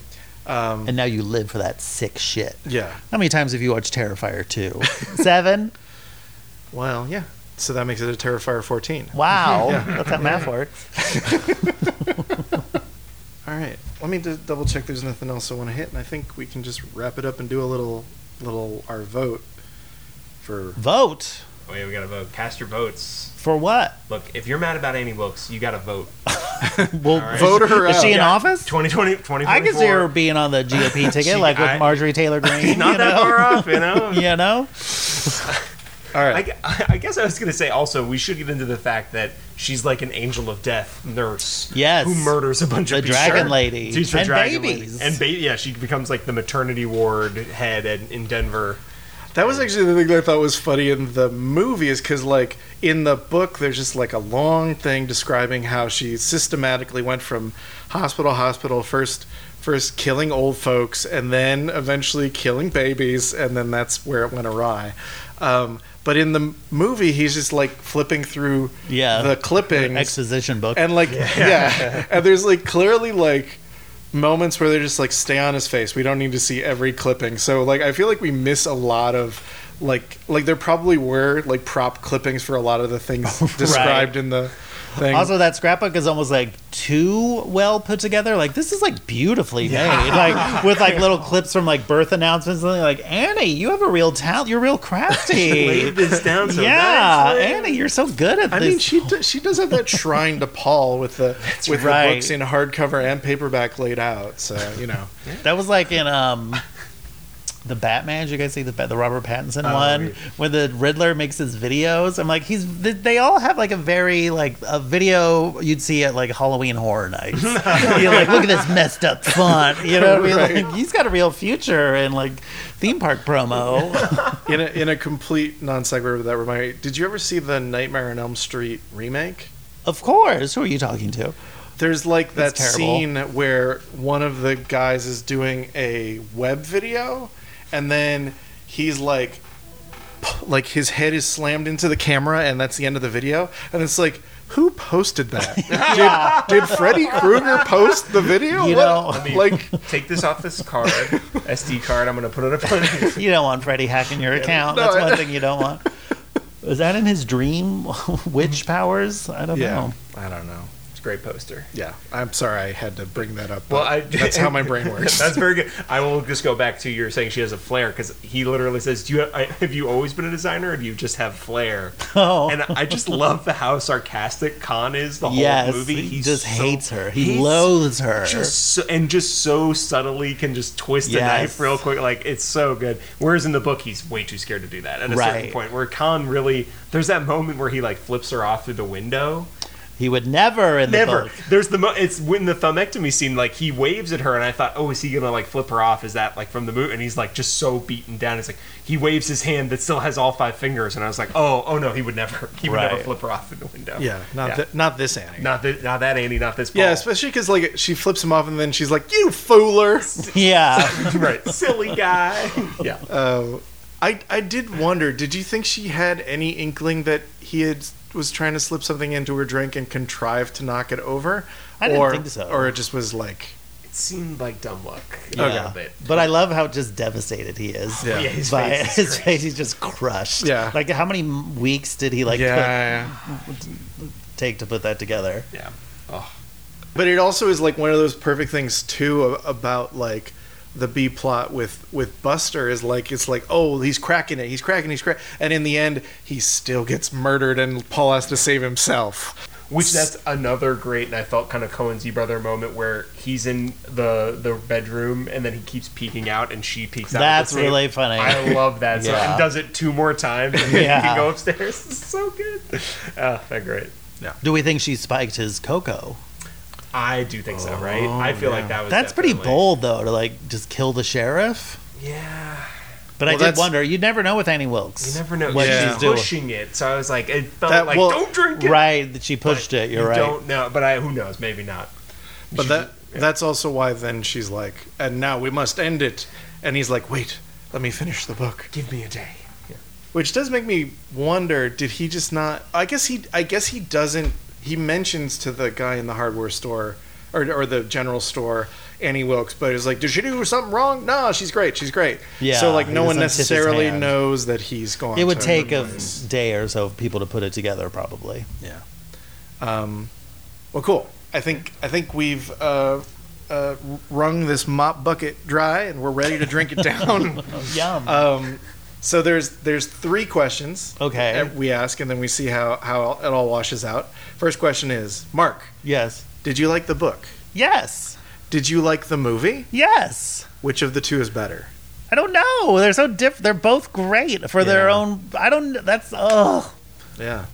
Speaker 1: Um,
Speaker 3: and now you live for that sick shit.
Speaker 1: yeah.
Speaker 3: How many times have you watched Terrifier two? Seven.
Speaker 1: Well, yeah. So that makes it a Terrifier 14.
Speaker 3: Wow, that's how math works.
Speaker 1: All right. Let me just double check there's nothing else I want to hit, and I think we can just wrap it up and do a little, little our vote for.
Speaker 3: Vote
Speaker 2: Oh yeah, we gotta vote. Cast your votes.
Speaker 3: for what?
Speaker 2: Look, if you're mad about Annie Wilkes, you gotta vote.
Speaker 3: Well,
Speaker 2: right.
Speaker 1: Vote her
Speaker 3: Is she
Speaker 1: out.
Speaker 3: in
Speaker 2: Yeah.
Speaker 3: office?
Speaker 2: 2020, 2024.
Speaker 3: I could see her being on the GOP ticket,
Speaker 2: She-
Speaker 3: like with
Speaker 2: I-
Speaker 3: Marjorie Taylor Greene.
Speaker 2: Not
Speaker 3: you
Speaker 2: that
Speaker 3: know?
Speaker 2: far off, you know.
Speaker 3: You know,
Speaker 1: All
Speaker 2: I,
Speaker 1: right.
Speaker 2: gu- I guess I was going to say also we should get into the fact that she's like an angel of death nurse,
Speaker 3: Yes.
Speaker 2: who murders a bunch
Speaker 3: The
Speaker 2: of people.
Speaker 3: dragon lady.
Speaker 2: She's the
Speaker 3: And
Speaker 2: dragon
Speaker 3: babies.
Speaker 2: lady. and baby. Yeah, she becomes like the maternity ward head at, in Denver.
Speaker 1: That was actually the thing that I thought was funny in the movie is because, like, in the book, there's just like a long thing describing how she systematically went from hospital to hospital, first, first killing old folks, and then eventually killing babies, and then that's where it went awry. Um, but in the movie, he's just like flipping through
Speaker 3: Yeah.
Speaker 1: the clippings.
Speaker 3: exposition book.
Speaker 1: and like yeah. and there's like clearly like moments where they're just like stay on his face we don't need to see every clipping so like i feel like we miss a lot of like like there probably were like prop clippings for a lot of the things described in the thing
Speaker 3: also, that scrapbook is almost like too well put together. Like this is like beautifully made, like with like little clips from like birth announcements. And they're like Annie, you have a real talent. You're real crafty.
Speaker 2: Laid this down so
Speaker 3: yeah,
Speaker 2: nicely.
Speaker 3: Annie, you're so good at
Speaker 1: I
Speaker 3: this.
Speaker 1: mean, she do, she does have that shrine to Paul with the with
Speaker 3: right.
Speaker 1: the books in hardcover and paperback laid out. So you know,
Speaker 3: That was like in um the Batman. Did you guys see the Ba- the Robert Pattinson
Speaker 2: Oh,
Speaker 3: one where the Riddler makes his videos? I'm like, he's th- they all have like a very like a video you'd see at like Halloween Horror Nights. You're like, look at this messed up font. You know what I mean? Like, he's got a real future in like theme park promo.
Speaker 1: in a, in a complete non sequitur, that remind me. Did you ever see the Nightmare on Elm Street remake?
Speaker 3: of course. Who are you talking to?
Speaker 1: There's like that
Speaker 3: That's terrible.
Speaker 1: scene where one of the guys is doing a web video, and then he's like, like his head is slammed into the camera, and that's the end of the video. And it's like, who posted that?
Speaker 3: Yeah.
Speaker 1: Did Freddy Krueger post the video?
Speaker 3: You
Speaker 1: What-
Speaker 3: know-
Speaker 2: I mean,
Speaker 1: like,
Speaker 2: take this off this card, SD card. I'm going to put it up on his
Speaker 3: You don't want Freddy hacking your account.
Speaker 1: No,
Speaker 3: That's
Speaker 1: I-
Speaker 3: one thing you don't want. Was that in his dream witch powers? I don't
Speaker 1: Yeah.
Speaker 3: know.
Speaker 1: I don't know.
Speaker 2: It's a great poster.
Speaker 1: Yeah, I'm sorry I had to bring that up.
Speaker 2: Well,
Speaker 1: but
Speaker 2: I-
Speaker 1: that's how my brain works.
Speaker 2: That's very good. I will just go back to your saying she has a flair because he literally says, "Do you have, I, have you always been a designer, or do you just have flair?"
Speaker 3: Oh.
Speaker 2: And I just love the how sarcastic Khan is the whole
Speaker 3: yes,
Speaker 2: movie.
Speaker 3: He
Speaker 2: He's
Speaker 3: just
Speaker 2: so-
Speaker 3: hates her. He
Speaker 2: hates-
Speaker 3: loathes her.
Speaker 2: Just so, and just so subtly can just twist a
Speaker 3: Yes.
Speaker 2: knife real quick. Like it's so good. Whereas in the book, he's way too scared to do that. At a
Speaker 3: Right.
Speaker 2: certain point, where Khan really, there's that moment where he like flips her off through the window.
Speaker 3: he would never in the
Speaker 2: Never.
Speaker 3: book.
Speaker 2: There's the mo- it's when the thumectomy scene. Like he waves at her, and I thought, oh, is he gonna like flip her off? Is that like from the movie? And he's like just so beaten down. It's like he waves his hand that still has all five fingers, and I was like, oh, oh no, he would never. He would never
Speaker 3: Right.
Speaker 2: flip her off in the window.
Speaker 1: yeah, not
Speaker 2: Yeah.
Speaker 1: thi- not this Annie.
Speaker 2: Not that, not that Andy, not this. Paul.
Speaker 1: yeah, especially because like she flips him off, and then she's like, "You fooler."
Speaker 3: Yeah.
Speaker 2: right, silly guy. yeah,
Speaker 1: Uh, I I did wonder. Did you think she had any inkling that he had was trying to slip something into her drink and contrived to knock it over?
Speaker 3: I didn't
Speaker 1: or,
Speaker 3: think so.
Speaker 1: Or it just was like,
Speaker 2: it seemed like dumb luck.
Speaker 3: Yeah.
Speaker 2: A bit.
Speaker 3: But I love how just devastated he is.
Speaker 1: Yeah.
Speaker 2: Yeah, his
Speaker 3: By
Speaker 2: face is
Speaker 3: his
Speaker 2: great.
Speaker 3: face, he's just crushed.
Speaker 1: Yeah.
Speaker 3: Like, how many m- weeks did he like
Speaker 1: yeah.
Speaker 3: put- take to put that together?
Speaker 2: Yeah.
Speaker 1: But it also is like one of those perfect things too a- about like the B plot with with Buster is like it's like oh he's cracking it he's cracking he's cracking and in the end he still gets murdered and Paul has to save himself.
Speaker 2: Which that's another great, and I felt kind of Cohen's E brother moment where he's in the the bedroom and then he keeps peeking out and she peeks out. at the
Speaker 3: That's
Speaker 2: same-
Speaker 3: really funny.
Speaker 2: I love that. So,
Speaker 4: Yeah.
Speaker 2: and does it two more times and then
Speaker 3: Yeah.
Speaker 2: he can go upstairs. It's so good. Oh, that great.
Speaker 3: Do we think she spiked his cocoa?
Speaker 2: I do think so, right? I feel like that was
Speaker 3: Oh, That's pretty
Speaker 2: Oh, definitely-
Speaker 3: bold, though, to like just kill the sheriff.
Speaker 2: Yeah.
Speaker 3: But
Speaker 1: Well,
Speaker 3: I did
Speaker 1: that's-
Speaker 3: wonder. You never know with Annie Wilkes.
Speaker 2: You never know.
Speaker 3: what
Speaker 1: Yeah.
Speaker 3: she's
Speaker 2: She's
Speaker 3: doing.
Speaker 2: pushing it, so I was like, it felt
Speaker 1: That-
Speaker 2: like
Speaker 1: well,
Speaker 2: don't drink it.
Speaker 3: Right, that she pushed
Speaker 2: But
Speaker 3: it. You're
Speaker 2: you
Speaker 3: right.
Speaker 2: Don't know, but I who knows? Maybe not.
Speaker 1: But that that's also why then she's like, and now we must end it. And he's like, wait, let me finish the book.
Speaker 2: Give me a day.
Speaker 1: Which does make me wonder, did he just not I guess he I guess he doesn't he mentions to the guy in the hardware store or, or the general store Annie Wilkes, but he's like, did she do something wrong? No, she's great. She's great.
Speaker 3: Yeah,
Speaker 1: So like
Speaker 3: he
Speaker 1: no one
Speaker 3: doesn't kiss his
Speaker 1: necessarily
Speaker 3: hand.
Speaker 1: knows that he's gone.
Speaker 3: It would
Speaker 1: to
Speaker 3: take a
Speaker 1: replace-
Speaker 3: day or so of people to put it together, probably.
Speaker 1: Um, well, cool. I think I think we've uh, uh, wrung this mop bucket dry, and we're ready to drink it down.
Speaker 3: Yum.
Speaker 1: um, so there's there's three questions.
Speaker 3: Okay.
Speaker 1: that we ask, and then we see how how it all washes out. First question is, Mark,
Speaker 3: yes.
Speaker 1: did you like the book?
Speaker 3: Yes.
Speaker 1: Did you like the movie?
Speaker 3: Yes.
Speaker 1: Which of the two is better?
Speaker 3: I don't know. They're so diff. They're both great for their
Speaker 1: Yeah.
Speaker 3: own. I don't. That's ugh.
Speaker 1: Yeah.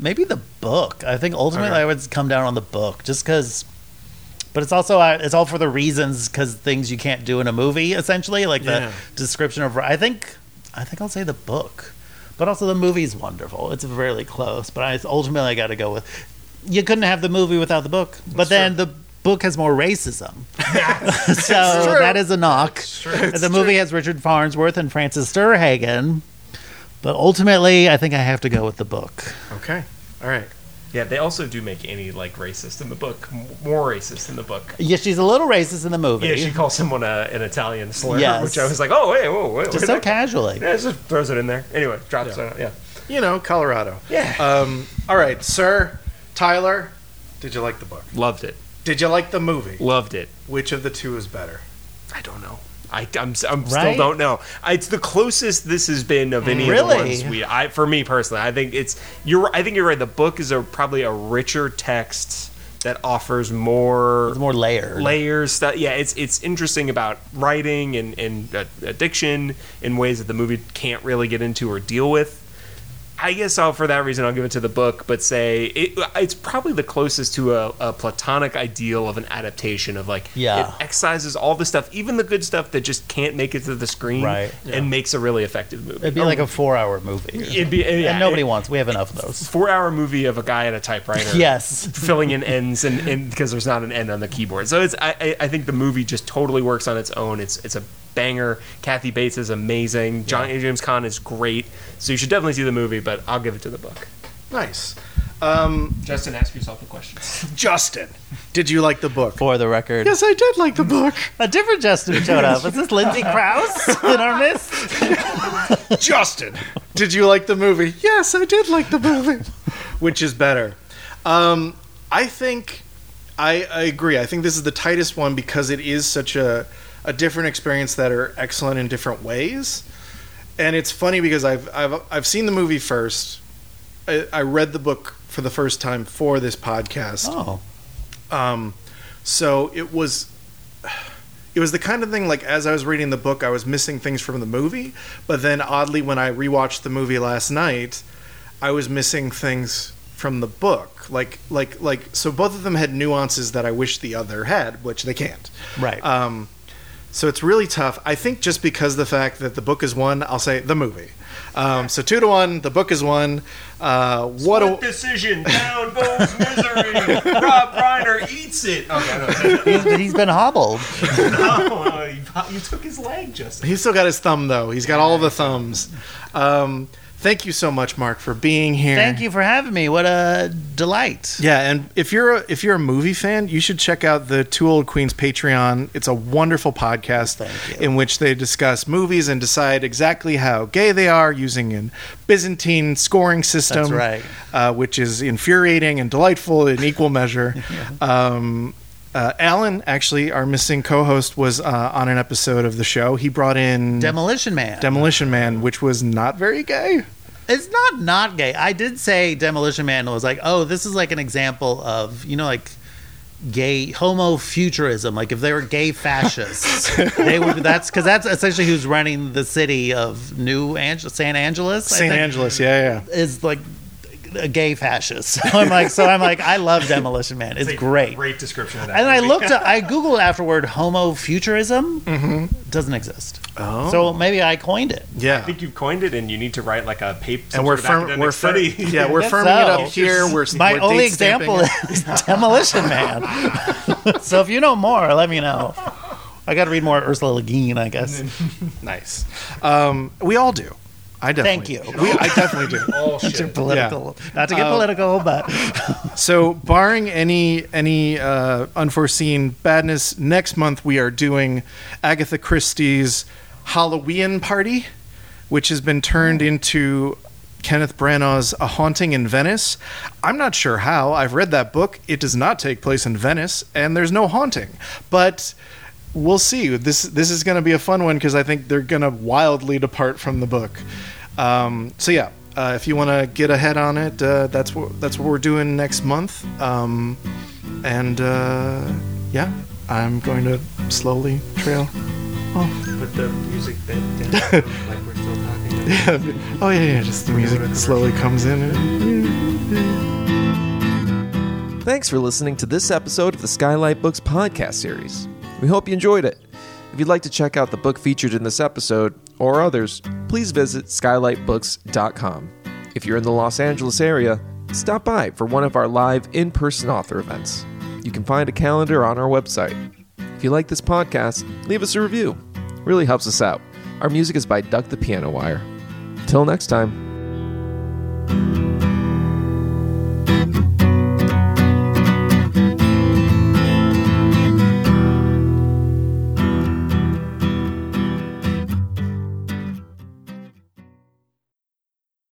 Speaker 3: Maybe the book. I think ultimately
Speaker 1: Okay.
Speaker 3: I would come down on the book just because. But it's also uh, it's all for the reasons because things you can't do in a movie essentially like
Speaker 1: Yeah.
Speaker 3: the description of. I think I think I'll say the book, but also the movie's wonderful. It's really close, but I ultimately I got to go with. You couldn't have the movie without the book, but then the book has more racism, so that is a knock. the movie has Richard Farnsworth and Frances Sturhagen, but ultimately I think I have to go with the book.
Speaker 1: Okay. All right.
Speaker 2: Yeah, they also do make Annie like racist in the book, m- more racist in the book.
Speaker 3: Yeah, she's a little racist in the movie.
Speaker 2: Yeah, she calls someone a, an Italian slur,
Speaker 3: Yes.
Speaker 2: which I was like, oh, hey, whoa, wait,
Speaker 3: just so casually.
Speaker 2: Yeah, it just throws it in there. Anyway, drops it. out, Yeah,
Speaker 1: You know, Colorado.
Speaker 2: Yeah.
Speaker 1: Um, all right, sir, Tyler, did you like the book?
Speaker 2: loved it,
Speaker 1: Did you like the movie?
Speaker 2: loved it.
Speaker 1: Which of the two is better?
Speaker 2: I don't know. I, I'm, s- I'm
Speaker 3: Right?
Speaker 2: still don't know. I- It's the closest this has been of any
Speaker 3: Really?
Speaker 2: of the ones we. I for me personally, I think it's you're. I think you're right. The book is a probably a richer text that offers more
Speaker 3: It's more layered.
Speaker 2: layers. Stuff. Yeah, it's it's interesting about writing and and uh, addiction in ways that the movie can't really get into or deal with. I guess I'll, for that reason, I'll give it to the book, but say it, it's probably the closest to a, a platonic ideal of an adaptation of like
Speaker 3: Yeah.
Speaker 2: it excises all the stuff, even the good stuff that just can't make it to the screen,
Speaker 3: Right.
Speaker 2: and makes a really effective movie.
Speaker 3: It'd be like a four-hour movie.
Speaker 2: it'd be yeah,
Speaker 3: and nobody
Speaker 2: it-
Speaker 3: wants. We have enough of those.
Speaker 2: four-hour movie of a guy at a typewriter
Speaker 3: Yes.
Speaker 2: filling in ends and and because there's not an end on the keyboard. So it's I, I I think the movie just totally works on its own. It's it's a banger. Kathy Bates is amazing. John James Caan is great. So you should definitely see the movie, but I'll give it to the book.
Speaker 1: Nice. Um,
Speaker 2: Justin, ask yourself the questions.
Speaker 1: Justin, did you like the book?
Speaker 4: For the record,
Speaker 1: Yes, I did like the book.
Speaker 3: A different Justin showed up. Is this Lindsay Krause in our midst?
Speaker 1: Justin, did you like the movie? Yes, I did like the movie. Which is better? Um, I think I, I agree. I think this is the tightest one because it is such a, a different experience that are excellent in different ways. And it's funny because I've I've I've seen the movie first. I, I read the book for the first time for this podcast.
Speaker 3: Oh,
Speaker 1: Um, so it was, it was the kind of thing like as I was reading the book, I was missing things from the movie. But then oddly, when I rewatched the movie last night, I was missing things from the book. Like like like so, both of them had nuances that I wish the other had, which they can't.
Speaker 3: right.
Speaker 1: Um, so it's really tough. I think just because the fact that the book is one, I'll say the movie. Um, so two to one, the book is one. Uh, what a,
Speaker 2: decision? Down goes misery. Rob Reiner eats it. Oh, Okay,
Speaker 3: He's- he's been hobbled.
Speaker 2: you took his leg, Justin.
Speaker 1: He's still got his thumb though. He's got all the thumbs. Um, thank you so much, Mark, for being here.
Speaker 3: Thank you for having me. What a delight.
Speaker 1: Yeah, and if you're a, if you're a movie fan, you should check out the Two Old Queens Patreon. It's a wonderful podcast
Speaker 3: Thank you.
Speaker 1: in which they discuss movies and decide exactly how gay they are using an Byzantine scoring system,
Speaker 3: That's right.
Speaker 1: uh, which is infuriating and delightful in equal measure. um, uh, Alan, actually, our missing co-host, was uh, on an episode of the show. He brought in
Speaker 3: Demolition Man.
Speaker 1: Demolition Man, which was not very gay.
Speaker 3: It's not not gay. I did say Demolition Man was like, oh, this is like an example of you know like gay homo futurism. Like if they were gay fascists, they would. That's because that's essentially who's running the city of New Ange- San Angeles. I
Speaker 1: St.
Speaker 3: think,
Speaker 1: Angeles, yeah, yeah.
Speaker 3: is like a gay fascist. So I'm like, so I'm like, I love Demolition Man. It's
Speaker 2: a
Speaker 3: great.
Speaker 2: Great description of that.
Speaker 3: And I
Speaker 2: movie.
Speaker 3: looked, up, I googled afterward, homo futurism doesn't exist.
Speaker 1: Oh.
Speaker 3: So maybe I coined it.
Speaker 2: I
Speaker 1: Yeah.
Speaker 2: think you've coined it, and you need to write like a paper.
Speaker 1: and we're firm, we're fir-
Speaker 2: study.
Speaker 1: yeah, we're
Speaker 3: Guess
Speaker 1: firming it
Speaker 3: so.
Speaker 1: up here. We're
Speaker 3: Oh, My
Speaker 1: we're
Speaker 3: only
Speaker 1: date stamping
Speaker 3: example
Speaker 1: it.
Speaker 3: is Demolition Man. so if you know more, let me know. I got to read more Ursula Le Guin, I guess.
Speaker 2: Mm-hmm.
Speaker 1: Nice. Um, we all do. I definitely.
Speaker 3: Thank you.
Speaker 1: We, I definitely do.
Speaker 2: all
Speaker 3: Not to
Speaker 2: shit.
Speaker 3: political, not to get
Speaker 1: Uh,
Speaker 3: political, but
Speaker 1: So, barring any any uh, unforeseen badness, next month we are doing Agatha Christie's Halloween party, which has been turned into Kenneth Branagh's A Haunting in Venice. I'm not sure how. I've read that book. It does not take place in Venice, and there's no haunting, but. We'll see. This this is going to be a fun one because I think they're going to wildly depart from the book. Um, so yeah, uh, if you want to get ahead on it, uh, that's what that's what we're doing next month. Um, and uh, yeah, I'm going to slowly trail.
Speaker 2: Put the music bit down, like we're still talking.
Speaker 1: oh yeah, yeah, just the music slowly comes in.
Speaker 4: Thanks for listening to this episode of the Skylight Books podcast series. We hope you enjoyed it. If you'd like to check out the book featured in this episode or others, please visit skylightbooks.com. If you're in the Los Angeles area, stop by for one of our live in person author events. You can find a calendar on our website. If you like this podcast, leave us a review. It really helps us out. Our music is by Duck the Piano Wire. Till next time.